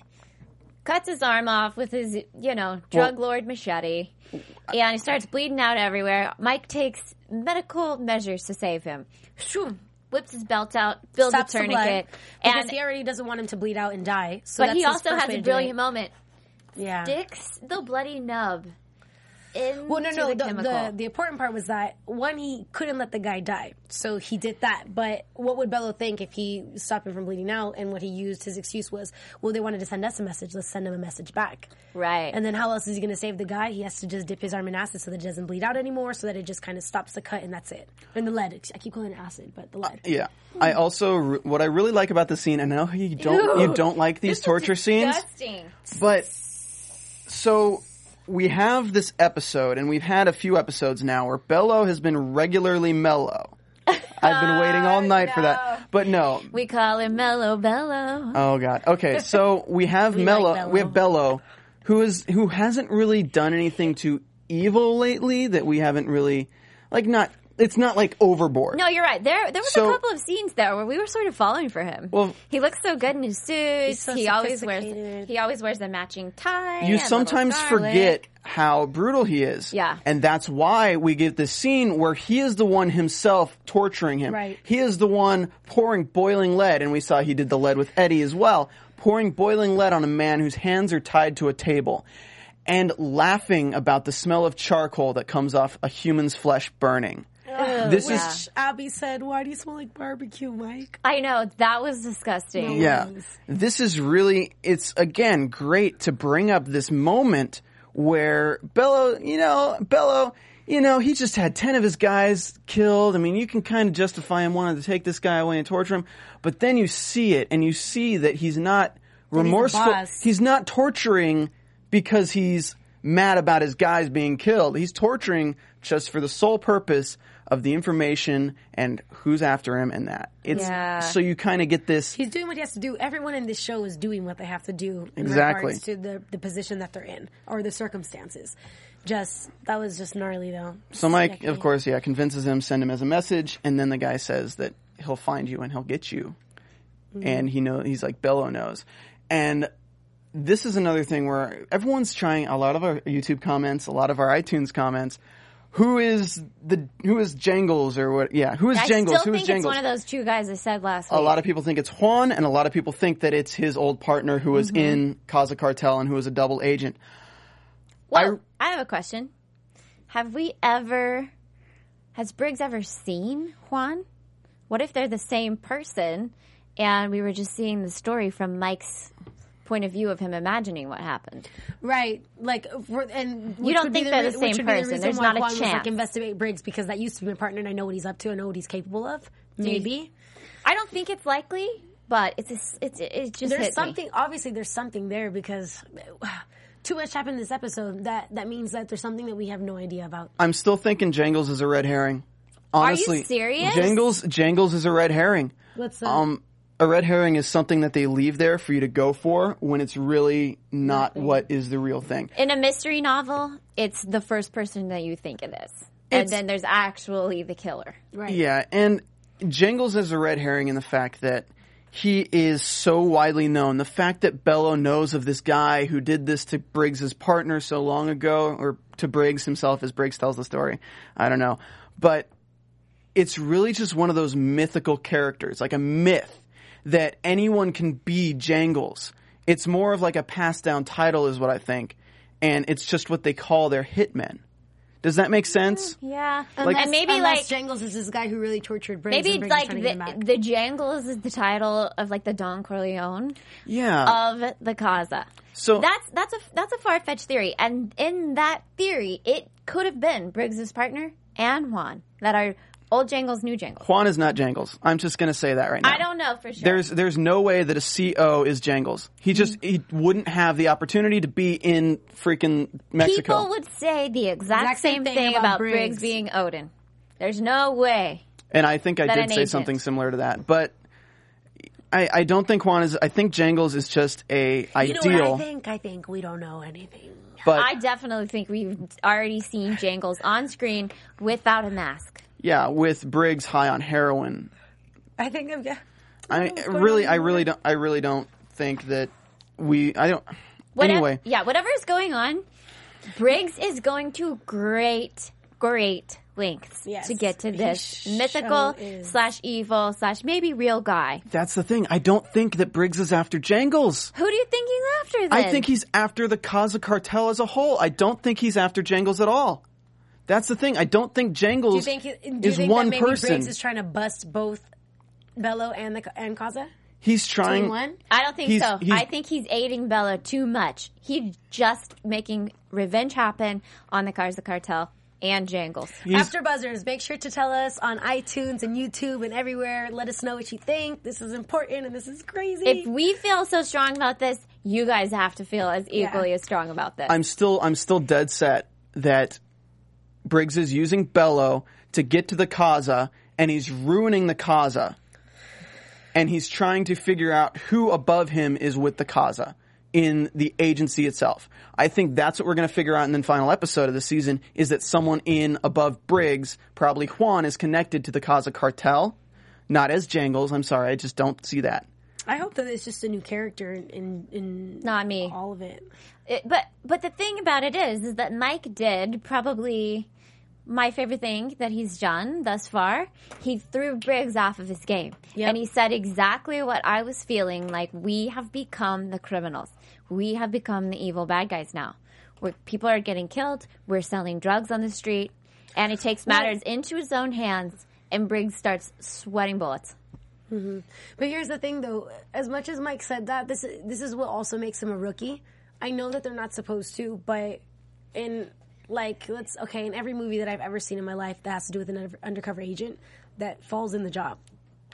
Cuts his arm off with his you know drug lord machete, and he starts bleeding out everywhere. Mike takes medical measures to save him. Shoo, whips his belt out, builds
Stops
a
the blood
tourniquet,
because
and
he already doesn't want him to bleed out and die. So
but
that's
he
his
also
first
has
way
a
to do
brilliant
it.
moment.
Yeah.
Sticks the bloody nub. In
Well, no, no.
the,
The,
chemical.
the, the important part was that one, he couldn't let the guy die, so he did that. But what would Bello think if he stopped him from bleeding out? And what he used his excuse was, well, they wanted to send us a message. Let's send him a message back.
Right.
And then how else is he going to save the guy? He has to just dip his arm in acid so that it doesn't bleed out anymore, so that it just kind of stops the cut, and that's it. And the lead. I keep calling it acid, but the lead.
Yeah. I also re- what I really like about the scene, and I know how you don't you don't like these torture scenes,
Disgusting.
but so we have this episode, and we've had a few episodes now where Bello has been regularly mellow. I've been waiting all night for that, but no.
We call him Mellow Bello.
Oh God. Okay, so we have Mello.
like Bello.
We have Bello, who is who hasn't really done anything to evil lately that we haven't really like. Not it's not like overboard.
no, you're right. There, there was
So-
a couple of scenes there where we were sort of falling for him.
Well-
he looks so good in his suit.
so
he always wears.
sophisticated.
He always wears a matching tie. and
you
little
sometimes
garlic.
forget how brutal he is.
Yeah.
And that's why we get this scene where he is the one himself torturing him.
Right.
He is the one pouring boiling lead, and we saw he did the lead with Eddie as well, pouring boiling lead on a man whose hands are tied to a table. And laughing about the smell of charcoal that comes off a human's flesh burning. this
Which
is
Abby said, "Why do you smell like barbecue, Mike?"
I know that was disgusting.
Yeah. This is really, it's again great to bring up this moment where Bello, you know, Bello, you know, he just had 10 of his guys killed. I mean, you can kind of justify him wanting to take this guy away and torture him, but then you see it and you see that he's not remorseful.
boss.
he's not torturing because he's mad about his guys being killed. He's torturing just for the sole purpose of the information and who's after him and that. It's
Yeah.
so you kind of get this
He's doing what he has to do. Everyone in this show is doing what they have to do in
Exactly.
regards to the, the position that they're in or the circumstances. Just that was just gnarly though.
So Mike,
Yucky.
of course, yeah, convinces him, send him as a message, and then the guy says that he'll find you and he'll get you.
Mm-hmm.
And he know he's like Bello knows. And this is another thing where everyone's trying a lot of our YouTube comments, a lot of our iTunes comments. who is the who is Jangles or what? Yeah, who is
I
Jangles?
still
who is
think it's
Jangles?
one of those two guys I said last week.
a lot of people think it's Juan, and a lot of people think that it's his old partner who
Mm-hmm.
was in Casa Cartel and who was a double agent.
Well, Oh, I, have a question. Have we ever, has Briggs ever seen Juan? What if they're the same person and we were just seeing the story from Mike's point of view of him imagining what happened?
Right, like, for, and
You don't think they're the same person. There's not a
Juan Was like
chance.
investigate Briggs because that used to be my partner, and I know what he's up to. I know what he's capable of. Maybe
I don't think it's likely, but it's, a, it's, it just hit me.
there's something. Obviously, there's something there because too much happened in this episode. That that means that there's something that we have no idea about.
I'm still thinking Jangles is a red herring.
you
Honestly,
serious?
Jangles Jangles is a red herring.
What's up?
Um, a red herring is something that they leave there for you to go for when it's really not what is the real thing.
In a mystery novel, it's the first person that you think it is. and
It's-
then there's actually the killer.
right?
Yeah, and Jangles is a red herring in the fact that he is so widely known. The fact that Bello knows of this guy who did this to Briggs's partner so long ago, or to Briggs himself, as Briggs tells the story, I don't know. But it's really just one of those mythical characters, like a myth that anyone can be Jangles. It's more of like a passed down title, is what I think, and it's just what they call their hitmen. Does that make sense?
Yeah.
Unless-
and maybe
unless
like
Jangles is this guy who really tortured Briggs.
Maybe
and Briggs is
like
trying to get him
the,
back.
the Jangles is the title of like the Don Corleone
Yeah.
of the Casa.
So-
that's that's a that's a far fetched theory, and in that theory, it could have been Briggs's partner and Juan that are old Jangles, new Jangles.
Juan is not Jangles. I'm just going to say that right now.
I don't know for sure.
There's there's no way that a CO is Jangles. He just he wouldn't have the opportunity to be in freaking Mexico.
people would say the exact,
Exact
same thing, about, Briggs.
Briggs.
being Odin. There's no way.
and I think I
But
did
an
say
agent.
something similar to that, but I, I don't think Juan is. I think Jangles is just a
you know
ideal.
what I think? I think we don't know anything.
But
I definitely think we've already seen Jangles on screen without a mask.
yeah, with Briggs high on heroin,
I think of yeah.
I
what's going
really
on
I
in
really don't I really don't think that we I don't.
Whatever,
anyway,
yeah, whatever is going on, Briggs is going to great, great lengths
Yes.
to get to
He
this
sure
mythical
is.
slash evil slash maybe real guy.
that's the thing. I don't think that Briggs is after Jangles.
Who do you think he's after? Then
I think he's after the Kaza cartel as a whole. I don't think he's after Jangles at all. That's the thing. I don't think Jangles
Do you think? Do you
is
think
one
that maybe
person.
Briggs is trying to bust both Bello and the and Casa?
he's trying.
in one?
I don't think
he's-
so.
he's-
I think he's aiding Bella too much. He's just making revenge happen on the Cars the Cartel and Jangles.
He's-
After Buzzers, make sure to tell us on iTunes and YouTube and everywhere. Let us know what you think. This is important and this is crazy.
If we feel so strong about this, you guys have to feel as equally as strong about this.
I'm still. I'm still dead set that Briggs is using Bello to get to the Kaza, and he's ruining the Kaza. And he's trying to figure out who above him is with the Kaza in the agency itself. I think that's what we're going to figure out in the final episode of the season is that someone in above Briggs, probably Juan, is connected to the Kaza cartel. Not as Jangles. I'm sorry. I just don't see that.
I hope that it's just a new character in in, in
Not me.
all of it.
It- but but the thing about it is is that Mike did probably my favorite thing that he's done thus far. He threw Briggs off of his game,
Yep.
and he said exactly what I was feeling. Like we have become the criminals. We have become the evil bad guys now. Where people are getting killed. We're selling drugs on the street, and he takes matters into his own hands. And Briggs starts sweating bullets.
But here's the thing, though. As much as Mike said that, this this is what also makes him a rookie. I know that they're not supposed to, but in like let's okay, in every movie that I've ever seen in my life that has to do with an under- undercover agent that falls in the job.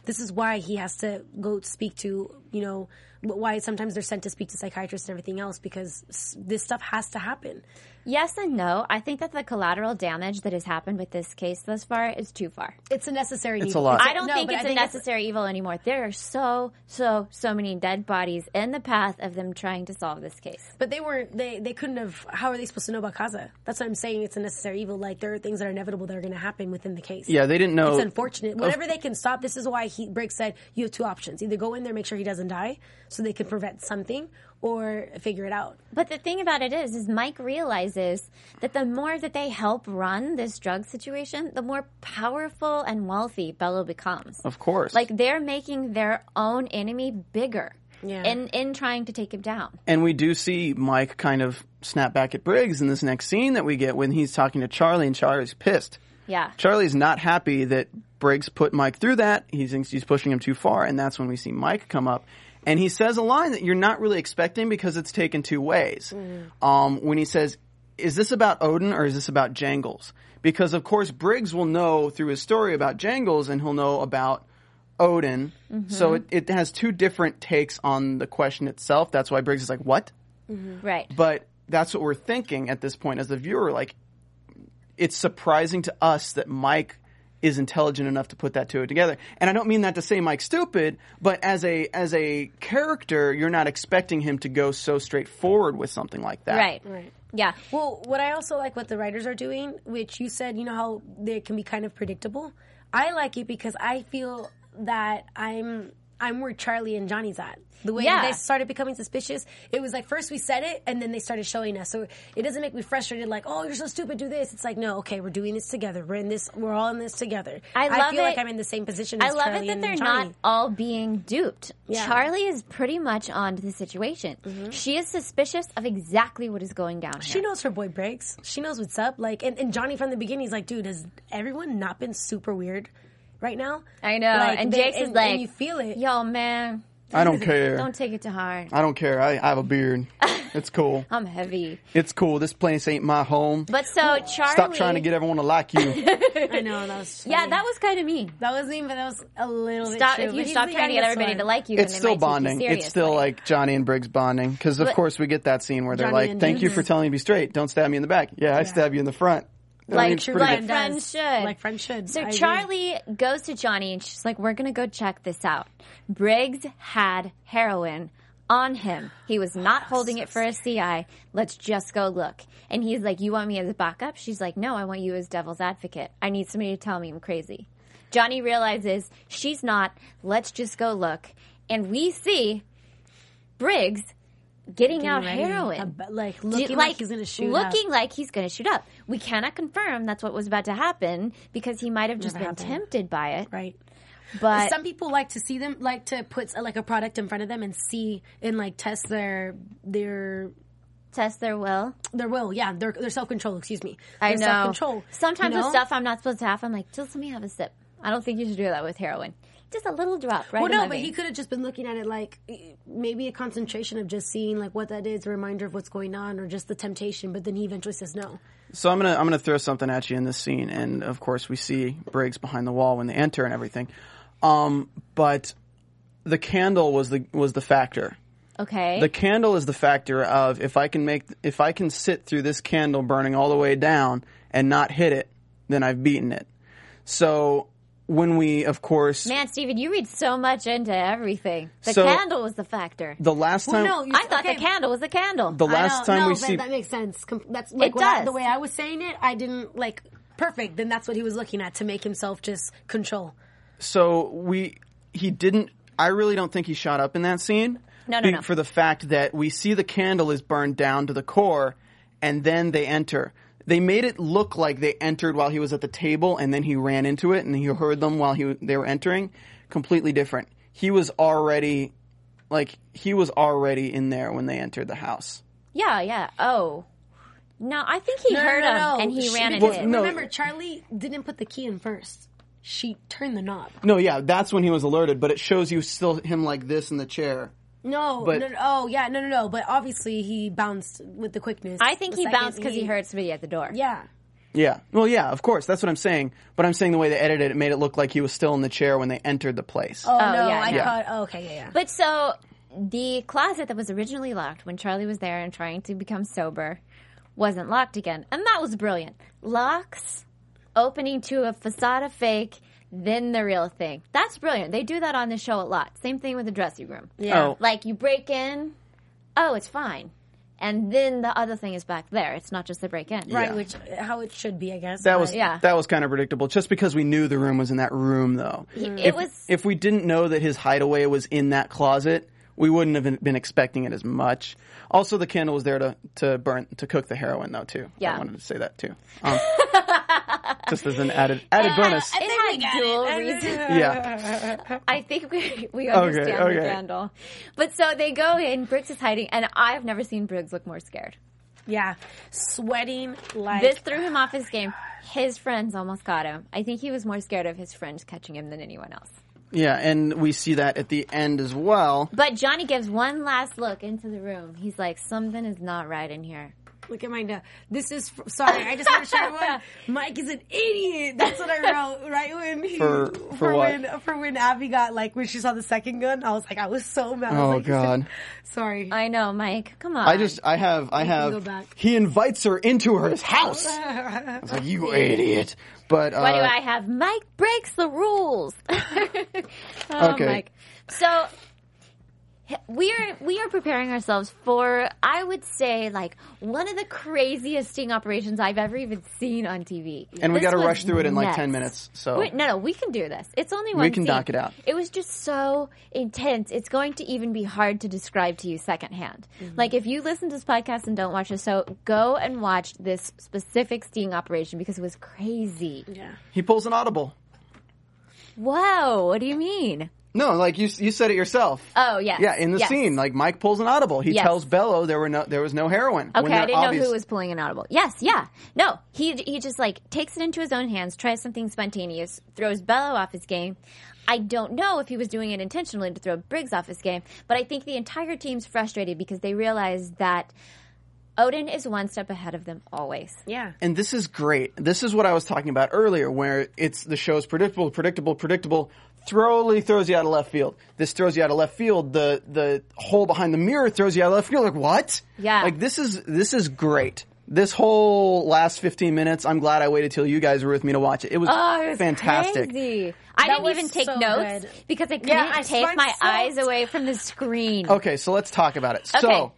This is why he has to go speak to you know wh- why sometimes they're sent to speak to psychiatrists and everything else because s- this stuff has to happen.
Yes and no. I think that the collateral damage that has happened with this case thus far is too far.
It's a necessary. It's
a lot.
I don't
no,
think
but
it's
I think
a
it's-
necessary evil anymore. There are so, so, so many dead bodies in the path of them trying to solve this case.
But they weren't. They they couldn't have. How are they supposed to know about Kaza? That's what I'm saying. It's a necessary evil. Like there are things that are inevitable that are going to happen within the case.
Yeah, they didn't know.
It's unfortunate. Whatever they can stop. This is why he Briggs said you have two options: either go in there, make sure he doesn't doesn't die, so they can prevent something or figure it out.
But the thing about it is, is Mike realizes that the more that they help run this drug situation, the more powerful and wealthy Bello becomes.
Of course.
Like they're making their own enemy bigger.
Yeah.
In in trying to take him down.
And we do see Mike kind of snap back at Briggs in this next scene that we get when he's talking to Charlie and Charlie's pissed.
Yeah.
Charlie's not happy that Briggs put Mike through that. He thinks he's pushing him too far, and that's when we see Mike come up. And he says a line that you're not really expecting because it's taken two ways. Um, when he says, Is this about Odin or is this about Jangles? Because, of course, Briggs will know through his story about Jangles and he'll know about Odin. So it, it has two different takes on the question itself. That's why Briggs is like, What?
Right.
But that's what we're thinking at this point as the viewer. Like, it's surprising to us that Mike is intelligent enough to put that two together. And I don't mean that to say Mike's stupid, but as a as a character, you're not expecting him to go so straightforward with something like that.
right. Yeah.
Well, what I also like what the writers are doing, which you said, you know how they can be kind of predictable. I like it because I feel that I'm I'm where Charlie and Johnny's at. The way
Yeah.
they started becoming suspicious, it was like first we said it, and then they started showing us. So it doesn't make me frustrated. Like, oh, you're so stupid, do this. It's like, no, okay, we're doing this together. We're in this. We're all in this together.
I love
feel like
it.
I'm in the same position.
I
as
love
Charlie
it that
and
they're
Johnny.
not all being duped.
Yeah. Mm-hmm.
Charlie is pretty much on to the situation. She is suspicious of exactly what is going down.
She
here.
knows her boy breaks. She knows what's up. Like, and, and Johnny from the beginning, he's like, dude, has everyone not been super weird right now?
I know.
Like,
and
they-
Jake's
and-
is like,
and you feel it.
Yo, man,
I don't care.
don't take it to heart.
I don't care. I, I have a beard. It's cool.
I'm heavy.
it's cool. This place ain't my home.
But so Charlie.
Stop trying to get everyone to like you.
I know that was.
Yeah,
funny.
that was kind of mean.
that was mean, but that was a little
Stop
bit. True.
if you
But
stop
he's the
trying to get
youngest
everybody
one.
to like you. then
it's
they
still
might take you
bonding. It's
seriously.
still like Johnny and Briggs bonding because of
But-
course we get that scene where they're
Johnny
like,
and
"Thank you
Jesus.
for telling me to be straight. Don't stab me in the back. Yeah, I stab you in the front." I
Like
mean, it's
true
pretty
like
good.
good.
friends should.
Like friends should.
So
I agree.
Charlie goes to Johnny and she's like, "We're gonna go check this out." Briggs had heroin on him. He was not holding it for a CI. Let's just go look. And he's like, "You want me as a backup?" She's like, "No, I want you as devil's advocate. I need somebody to tell me I'm crazy." Johnny realizes she's not. Let's just go look. And we see Briggs getting out
Ready.
heroin.
Uh, but, like
Do
looking
you-
like, he's gonna shoot. up.
Looking like he's going to shoot up. We cannot confirm that's what was about to happen because he might have just
Never
been
happened.
tempted by it.
right.
But
Some people like to see them, like to put uh, like a product in front of them and see and like test their their
test their will.
their will. Yeah, their their self control. Excuse me.
I
Their
know.
self-control,
Sometimes
you know?
with stuff I'm not supposed to have, I'm like, just let me have a sip. I don't think you should do that with heroin. Just a little drop, right?
Well,
in
no,
my
but he
vein.
could have just been looking at it like maybe a concentration of just seeing like what that is, a reminder of what's going on, or just the temptation. But then he eventually says no.
So I'm gonna I'm gonna throw something at you in this scene, and of course we see Briggs behind the wall when they enter and everything. Um, but the candle was the was the factor.
Okay.
The candle is the factor of if I can make if I can sit through this candle burning all the way down and not hit it, then I've beaten it. So when we, of course,
Man, Steven, you read so much into everything. The
So-
candle was the factor.
the last
Well,
time
no, you-
I thought
okay.
the candle was the candle.
the
I
last
know,
time
no,
we
but
see
that makes sense. Com- That's like
It
what I-
does.
the way I was saying it. I didn't like perfect. Then that's what he was looking at to make himself just control.
So we he didn't. I really don't think he shot up in that scene.
No, no,
Be-
no.
For the fact that we see the candle is burned down to the core, and then they enter. They made it look like they entered while he was at the table, and then he ran into it, and he heard them while he they were entering. Completely different. He was already, like he was already in there when they entered the house.
yeah, yeah. Oh. No, I think he
No, no,
heard
no,
him
no.
and he
She-
ran into
because
Well,
it.
no.
Remember, Charlie didn't put the key in first. She turned the knob.
No, yeah, that's when he was alerted. But it shows you still him like this in the chair.
No,
But-
no, no, oh yeah, no, no, no. But obviously he bounced with the quickness.
I think
the
he
second
bounced because he heard somebody at the door.
Yeah.
Yeah. Well, yeah, of course. That's what I'm saying. But I'm saying the way they edited it made it look like he was still in the chair when they entered the place.
Oh,
Oh,
no,
yeah,
I
yeah.
thought. Oh, okay, yeah, yeah.
But so the closet that was originally locked when Charlie was there and trying to become sober wasn't locked again. And that was brilliant. Locks opening to a facade of fake, then the real thing. That's brilliant. They do that on the show a lot. Same thing with the dressing room.
Yeah.
Oh.
Like you break in, oh, it's fine. And then the other thing is back there. It's not just the break in.
right,
Yeah.
which how it should be, I guess.
That was
uh, yeah.
that was kind of predictable, just because we knew the room was in that room, though.
It
If,
was
if we didn't know that his hideaway was in that closet, we wouldn't have been- been expecting it as much. Also, the candle was there to, to burn to cook the heroin though too.
Yeah.
I wanted to say that too. Um, just as an added added bonus.
It had dual reasons.
Yeah,
I think we, we understand the
okay.
candle. But so they go in, Briggs is hiding, and I've never seen Briggs look more scared.
Yeah, sweating like
This threw him off his game. His friends almost caught him. I think he was more scared of his friends catching him than anyone else.
yeah, and we see that at the end as well.
But Johnny gives one last look into the room. He's like, something is not right in here.
Look at my note. This is fr- sorry. I just want to share one. Mike is an idiot. That's what I wrote right when he,
For- for what?
when for when Abby got like when she saw the second gun. I was like, I was so mad. I was
Oh,
like,
God.
sorry.
I know, Mike. Come on.
I just I have I
go
have
back.
he invites her into her house. I was like, you idiot. But uh,
Why do I have? Mike breaks the rules. oh,
Okay.
Mike. So h- we are we are preparing ourselves for I would say like one of the craziest sting operations I've ever even seen on TV.
and we
This
got to
was
rush through it in like
nuts.
ten minutes. So
Wait, no, no, we can do this. It's only one.
can
scene.
knock it out.
It was just so intense. It's going to even be hard to describe to you secondhand.
Mm-hmm.
Like if you listen to this podcast and don't watch the show, go and watch this specific sting operation because it was crazy.
yeah.
he pulls an audible.
Whoa, what do you mean?
No, like you you said it yourself.
Oh, yes.
Yeah, in the
Yes.
scene, like Mike pulls an audible. He
Yes.
tells Bello there were no there was no heroin. when
Okay, I
they're
didn't know
obvious-
who was pulling an audible. Yes, yeah. No, he he just like takes it into his own hands, tries something spontaneous, throws Bello off his game. I don't know if he was doing it intentionally to throw Briggs off his game, but I think the entire team's frustrated because they realize that Odin is one step ahead of them always.
Yeah.
And this is great. This is what I was talking about earlier, where it's the show's predictable, predictable, predictable. Thoroughly throws you out of left field. This throws you out of left field. The the hole behind the mirror throws you out of left field. Like what?
Yeah.
Like this is this is great. This whole last fifteen minutes, I'm glad I waited till you guys were with me to watch it. It was
Oh, it was
fantastic.
crazy. I
That
didn't
was
even take
so
notes
good.
because I couldn't
Yeah, I
take
find
my
so-
eyes away from the screen.
Okay, so let's talk about it.
Okay.
So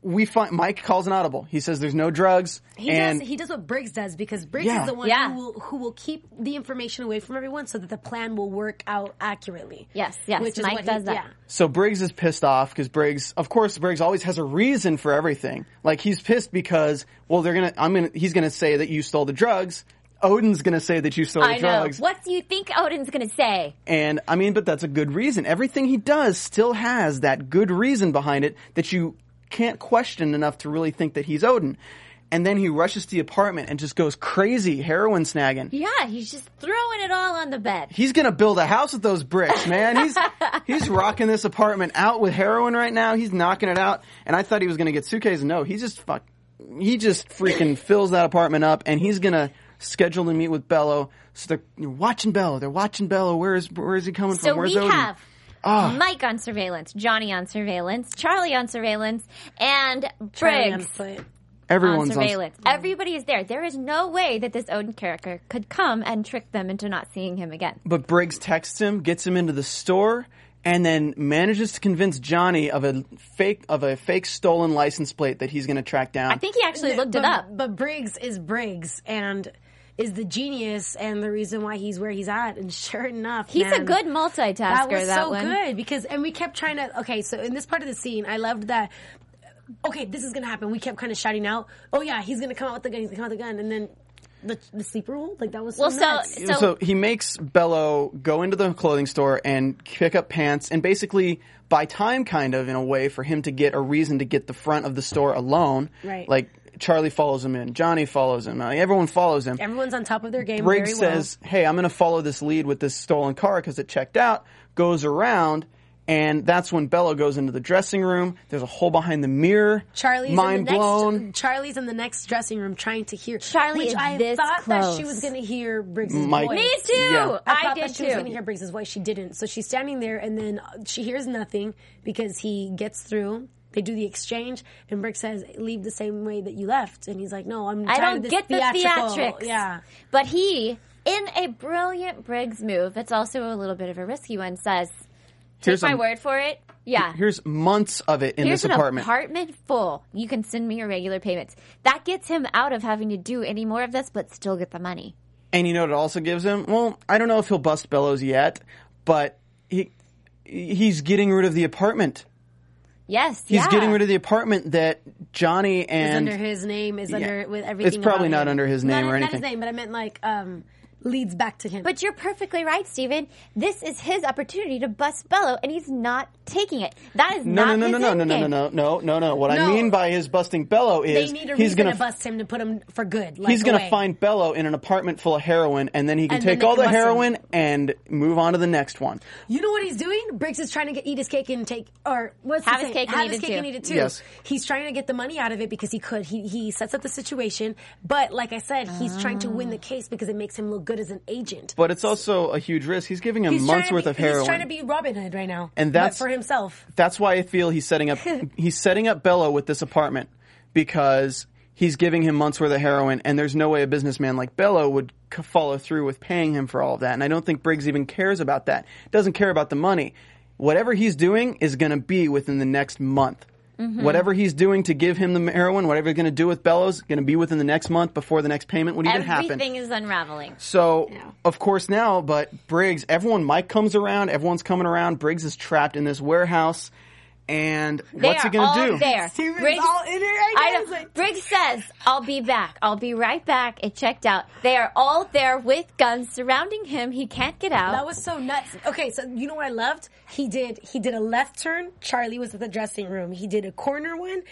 we find Mike calls an audible. He says there's no drugs.
He
and
does. He does what Briggs does because Briggs
Yeah.
is the one
Yeah.
who, will, who will keep the information away from everyone so that the plan will work out accurately.
Yes, yes,
Which is
Mike
what
does
he,
that.
Yeah.
So Briggs is pissed off because Briggs, of course, Briggs always has a reason for everything. Like he's pissed because, well, they're gonna, I'm gonna, he's gonna say that you stole the drugs. Odin's gonna say that you stole the
I know.
drugs.
What do you think Odin's going to say?
And I mean, but that's a good reason. Everything he does still has that good reason behind it that you can't question enough to really think that he's Odin. And then he rushes to the apartment and just goes crazy, heroin snagging.
Yeah, he's just throwing it all on the bed.
He's gonna build a house with those bricks, man. He's he's rocking this apartment out with heroin right now. He's knocking it out, and I thought he was gonna get suitcase. No, he just fuck. He just freaking fills that apartment up, and he's gonna schedule to meet with Bello. So they're you're watching Bello. They're watching Bello. Where is where is he coming
So
from? Where's
we
Odin? Ah.
have um, Mike on surveillance, Johnny on surveillance, Charlie on surveillance, and
Charlie on
Briggs
foot.
Everyone's
on
on-
surveillance. Everybody is there. There is no way that this Odin character could come and trick them into not seeing him again.
But Briggs texts him, gets him into the store, and then manages to convince Johnny of a fake of a fake stolen license plate that he's gonna track down.
I think he actually looked
but,
it up.
But Briggs is Briggs and is the genius and the reason why he's where he's at. And sure enough,
He's a
man,
good multitasker. That,
That was so
one.
good because, and we kept trying to. Okay, so in this part of the scene, I loved that. Okay, this is gonna happen. We kept kind of shouting out, "Oh yeah, he's gonna come out with the gun. He's gonna come out with the gun." And then the, the sleeper rule, like that was so
Well, so
nuts.
so,
so he makes Bello go into the clothing store and pick up pants and basically buy time kind of in a way for him to get a reason to get the front of the store alone.
Right.
Like Charlie follows him in, Johnny follows him, like, everyone follows him.
Everyone's on top of their game.
Briggs
very well.
says, "Hey, I'm going to follow this lead with this stolen car because it checked out." Goes around, and that's when Bello goes into the dressing room. There's a hole behind the mirror.
Charlie's
mind
in the
blown.
Next, Charlie's in the next dressing room trying to hear.
Charlie
which
is
I
this
thought that she
close.
was going to hear Briggs'
Mike-
voice.
me too.
Yeah.
I,
I,
thought
did
that she was going to
too.
hear Briggs' voice. She didn't. So she's standing there, and then uh, she hears nothing because he gets through. They do the exchange, and Briggs says, "Leave the same way that you left." And he's like, "No, I'm.
I
Tired
don't
of this
get the
theatrical."
theatrics.
Yeah,
But he, in a brilliant Briggs move, that's also a little bit of a risky one, says,
Here's
"Take my
a-
word for it." Yeah.
Here's months of it in
Here's
this
an apartment full. You can send me your regular payments. That gets him out of having to do any more of this, but still get the money.
And you know what it also gives him? Well, I don't know if he'll bust Bellows yet, but he he's getting rid of the apartment.
Yes,
He's getting rid of the apartment that Johnny
It's
and
under his name. Is
Yeah.
under with everything.
It's probably
about
not
him.
under his name
not,
or
not his
anything.
name, but I meant like um, leads back to him.
But you're perfectly right, Steven. This is his opportunity to bust Bello, and he's not taking it. That is
no,
not
no, no,
his
no,
end
no, no, no,
game.
no, no, no, no. What I
No.
mean by his busting Bello
they
is
need a
he's
reason
going
to bust him to put him for good. Like,
he's going to
away.
find Bello in an apartment full of heroin, and then he can
And then
take
they
all
can
the
bust him.
heroin and move on to the next one.
You know what he's doing? Briggs is trying to get, eat his cake and take, or what's the
Have his
saying?
cake and
Have
eat
his
it
cake
too.
and eat it too.
Yes.
He's trying to get the money out of it because he could. He he sets up the situation, but like I said, he's trying to
Ah.
win the case because it makes him look good as an agent.
But it's also a huge risk. He's giving him
he's
months
trying
worth
to,
of
be-
heroin.
He's trying to be Robin Hood right now,
And
but
that's-
for himself.
That's why I feel he's setting up he's setting up Bello with this apartment because he's giving him months worth of heroin, and there's no way a businessman like Bello would c- follow through with paying him for all of that. And I don't think Briggs even cares about that. Doesn't care about the money. Whatever he's doing is going to be within the next month. Whatever he's doing to give him the heroin, whatever he's going to do with Bello's, going to be within the next month before the next payment would even happen.
Everything is unraveling.
So, of course, now, but Briggs, everyone, Mike comes around, everyone's coming around. Briggs is trapped in this warehouse, and
They
what's
are
he going to
all
do?
there.
Steven's all in it right
I
now.
don't-
He's like-
Briggs says, "I'll be back. I'll be right back." It checked out. They are all there with guns surrounding him. He can't get out.
That was so nuts. Okay, so you know what I loved? He did he did a left turn. Charlie was at the dressing room. He did a corner one.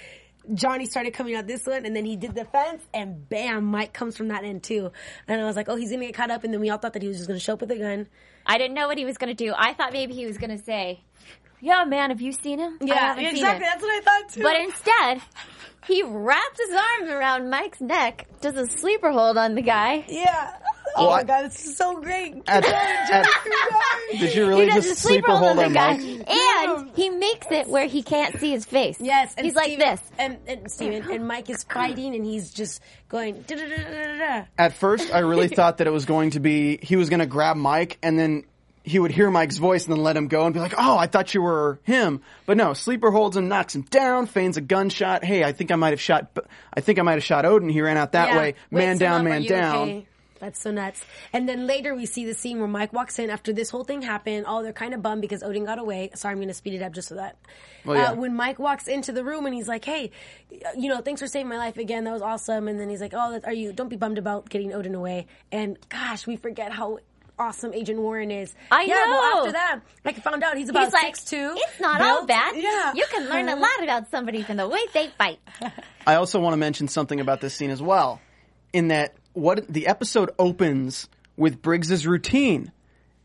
Johnny started coming out this one, and then he did the fence, and bam, Mike comes from that end too. And I was like, oh, he's gonna get caught up. And then we all thought that he was just gonna show up with a gun.
I didn't know what he was going to do. I thought maybe he was going to say, "Yeah, man, have you seen him?" I haven't seen him."
what I thought too.
But instead, he wraps his arms around Mike's neck, does a sleeper hold on the guy.
yeah. Oh
Well, I-
my god, this is so great.
At-
Keep going, Johnny,
at-
keep going.
Did you really
he does
just sleeper hold on
guy,
Mike?
and he makes it where he can't see his face.
Yes, and
he's like
Steven-
this.
and, and Steven and Mike is fighting, and he's just going. da da da da da
At first, I really thought that it was going to be he was going to grab Mike, and then he would hear Mike's voice and then let him go and be like, "Oh, I thought you were him." But no, sleeper holds him, knocks him down, feigns a gunshot. Hey, I think I might have shot. I think I might have shot Odin. He ran out that
Yeah.
way.
Wait,
Man
so
down,
now are
man
you
down.
okay? That's so nuts. And then later we see the scene where Mike walks in after this whole thing happened. Oh, they're kind of bummed because Odin got away. Sorry, I'm going to speed it up just so that.
Well, Oh, yeah.
uh, when Mike walks into the room and he's like, "Hey, you know, thanks for saving my life again. That was awesome." And then he's like, "Oh, that, are you? Don't be bummed about getting Odin away." And gosh, we forget how awesome Agent Warren is.
I
yeah, Well,
know.
after that, like I found out he's about
He's like,
six two.
it's not all bad.
Yeah,
you can learn a lot about somebody from the way they fight.
I also want to mention something about this scene as well, in that what the episode opens with Briggs's routine.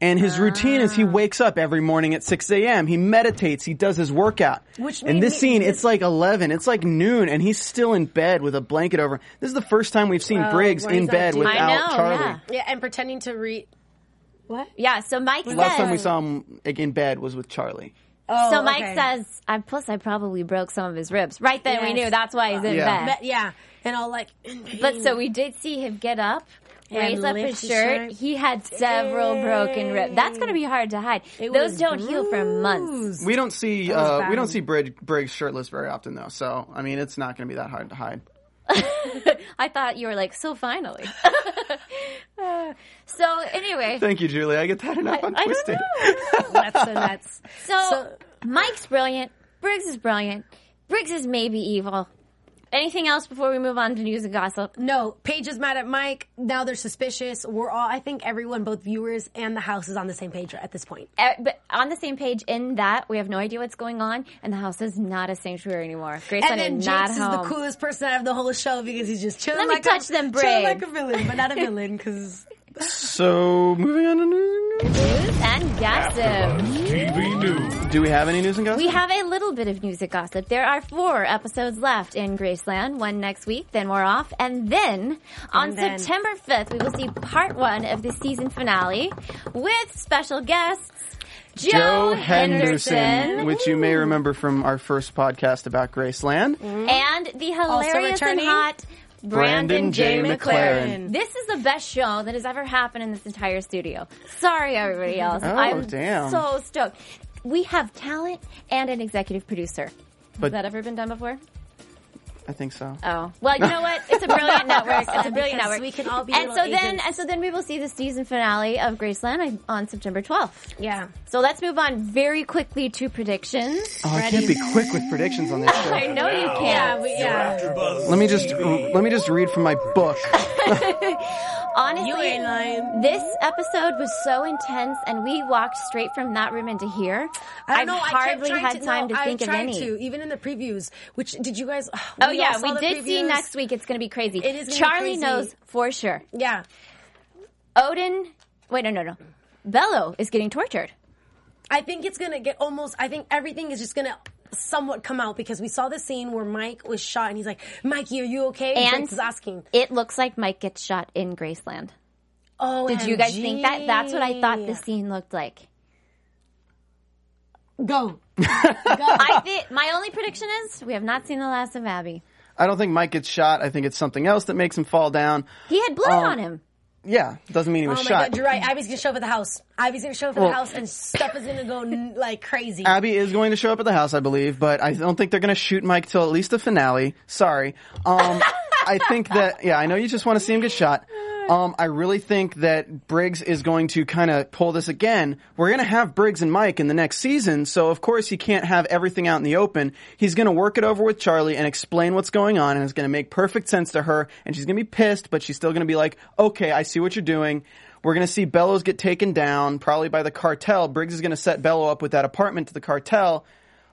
And his routine is he wakes up every morning at 6 a.m. He meditates. He does his workout.
Which
in
made
this
me-
scene, it's like 11. It's like noon, and he's still in bed with a blanket over. him. This is the first time we've seen Briggs
where he's
in
on
bed
duty. I
without
know,
Charlie.
yeah.
Yeah, and pretending to read. What?
Yeah. So Mike says.
Last time we saw him like, in bed was with Charlie.
Oh,
so Mike
okay.
says, I, plus I probably broke some of his ribs. Right then we
Yes.
knew that's why he's in
Yeah.
bed.
But yeah, and I'll like.
But so we did see him get up,
And
raise up
lift
his
his
shirt.
shirt.
He had several broken ribs. That's going to be hard to hide. Those
was
don't heal for months.
bruised.
We don't see
was
uh, we
bad.
don't see Brig- Briggs shirtless very often though. So I mean, it's not going to be that hard to hide.
I thought you were like, so finally. Uh, so anyway,
Thank you, Julie. I get that enough. I'm
I don't
twisted.
know.
That's so nuts.
So,
So-
Mike's brilliant. Briggs is brilliant. Briggs is maybe evil. Anything else before we move on to news and gossip?
No, Paige is mad at Mike. Now they're suspicious. We're all, I think everyone, both viewers and the house, is on the same page at this point.
Uh, But on the same page in that we have no idea what's going on, and the house is not a sanctuary anymore. Grace
and then
is
Jinx
not
is
home.
the coolest person out of the whole show because he's just chilling
Let me
like
touch
a,
them
chilling
braids.
like a villain, but not a villain because
So moving on to news.
News and gossip.
AfterBuzz TV News.
Do we have any news and gossip?
We have a little bit of music gossip. There are four episodes left in Graceland. One next week, then we're off. And then on
And then-
September 5th, we will see part one of the season finale with special guests Joe, Henderson,
which you may remember from our first podcast about Graceland.
and the
Also
hilarious and
returning,
hot
Brandon
Brandon,
J.
J. McLaren.
McLaren.
This is the best show that has ever happened in this entire studio. Sorry, everybody else.
Oh,
I'm
damn.
so stoked. We have talent and an executive producer.
But
Has that ever been done before?
I think so.
Oh well, you know what? It's a brilliant network. It's a brilliant
Because
network.
we can all be
and
little
so then,
agents.
and so then we will see the season finale of Graceland on September twelfth.
Yeah.
So let's move on very quickly to predictions.
Oh, I can't be quick with predictions on this
I
show.
know you
Yeah,
can't.
we, yeah.
AfterBuzz
Let me just let me just read from my book.
Honestly,
You ain't lying.
this episode was so intense, and we walked straight from that room into here.
I
I've
don't know. I kept
hardly
trying
had
to,
time
no,
to
I
think of
tried
any.
To, even in the previews, which did you guys?
Oh
all
yeah,
saw
we
the
did see
previews.
next week. It's going to be crazy.
It is gonna be
Charlie
crazy.
knows for sure.
Yeah,
Odin. Wait, no, no, no. Bello is getting tortured.
I think it's gonna get almost. I think everything is just gonna somewhat come out because we saw the scene where Mike was shot and he's like, "Mikey, are you okay?"
And-
Vince is asking.
It looks like Mike gets shot in Graceland.
Oh,
Did you guys think that? That's what I thought the scene looked like.
Go.
I thi- my only prediction is we have not seen the last of Abby.
I don't think Mike gets shot. I think it's something else that makes him fall down.
He had blood
Um,
on him.
Yeah, doesn't mean he was
Oh my
shot.
god, you're right. Ivy's gonna show up at the house. Ivy's gonna show up at
Well-
the house, and stuff is gonna go n- like crazy.
Abby is going to show up at the house, I believe, but I don't think they're going to shoot Mike till at least the finale. Sorry. Um, I think that, yeah, I know you just want to see him get shot. Um, I really think that Briggs is going to kind of pull this again. We're going to have Briggs and Mike in the next season, so of course he can't have everything out in the open. He's going to work it over with Charlie and explain what's going on, and it's going to make perfect sense to her, and she's going to be pissed, but she's still going to be like, okay, I see what you're doing. We're going to see Bellows get taken down, probably by the cartel. Briggs is going to set Bello up with that apartment to the cartel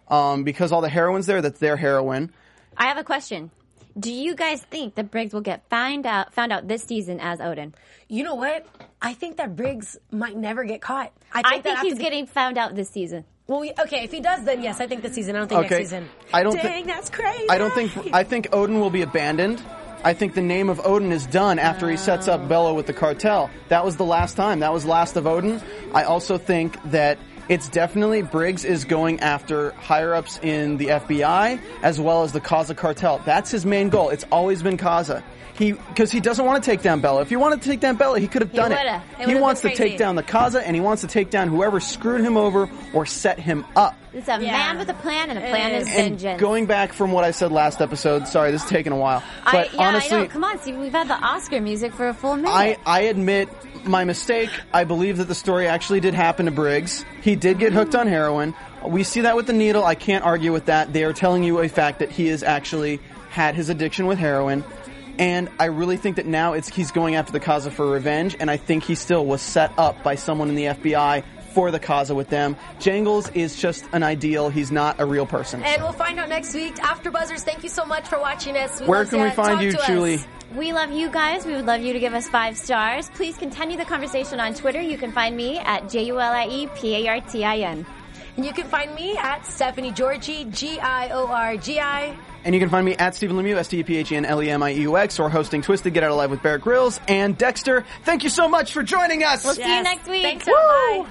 um, because all the heroin's there. That's their heroin.
I have a question. Do you guys think that Briggs will get find out found out this season as Odin?
You know what? I think that Briggs might never get caught.
I
that
think
after
he's
the-
getting found out this season.
Well, we- okay, if he does, then yes, I think this season. I don't think
Okay.
next season.
I don't
Dang,
thi-
that's crazy.
I don't think. I think Odin will be abandoned. I think the name of Odin is done after he sets up Bello with the cartel. That was the last time. That was last of Odin. I also think that it's definitely Briggs is going after higher ups in the FBI as well as the Kaza cartel. That's his main goal. It's always been Kaza. He because he doesn't want to take down Bello. If he wanted to take down Bello, he could have done
would've. It
he
would've
wants to
been
take
crazy.
down the Kaza and he wants to take down whoever screwed him over or set him up.
It's a
Yeah.
man with a plan, and a plan
It
is
is.
And
vengeance.
Going back from what I said last episode, sorry, this is taking a while. But
I, yeah,
honestly,
I know. Come on, see, we've had the Oscar music for a full minute.
I, I admit my mistake. I believe that the story actually did happen to Briggs. He did get hooked on heroin. We see that with the needle. I can't argue with that. They are telling you a fact that he has actually had his addiction with heroin. And I really think that now it's he's going after the Kaza for revenge, and I think he still was set up by someone in the FBI for the Kaza with them. Jangles is just an ideal. He's not a real person.
And we'll find out next week. After Buzzers, thank you so much for watching us. We
Where
love
can we
ya.
find
Talk
you,
to us.
Julie?
We love you guys. We would love you to give us five stars. Please continue the conversation on Twitter. You can find me at J U L I E P A R T I N.
And you can find me at Stephanie Georgie, G I O R G I.
And you can find me at Stephen Lemieux, S T E P H E N L E M I E U X, or hosting Twisted Get Out Alive with Barrett Grills and Dexter. Thank you so much for joining us.
We'll see you next week.
Thanks, everybody.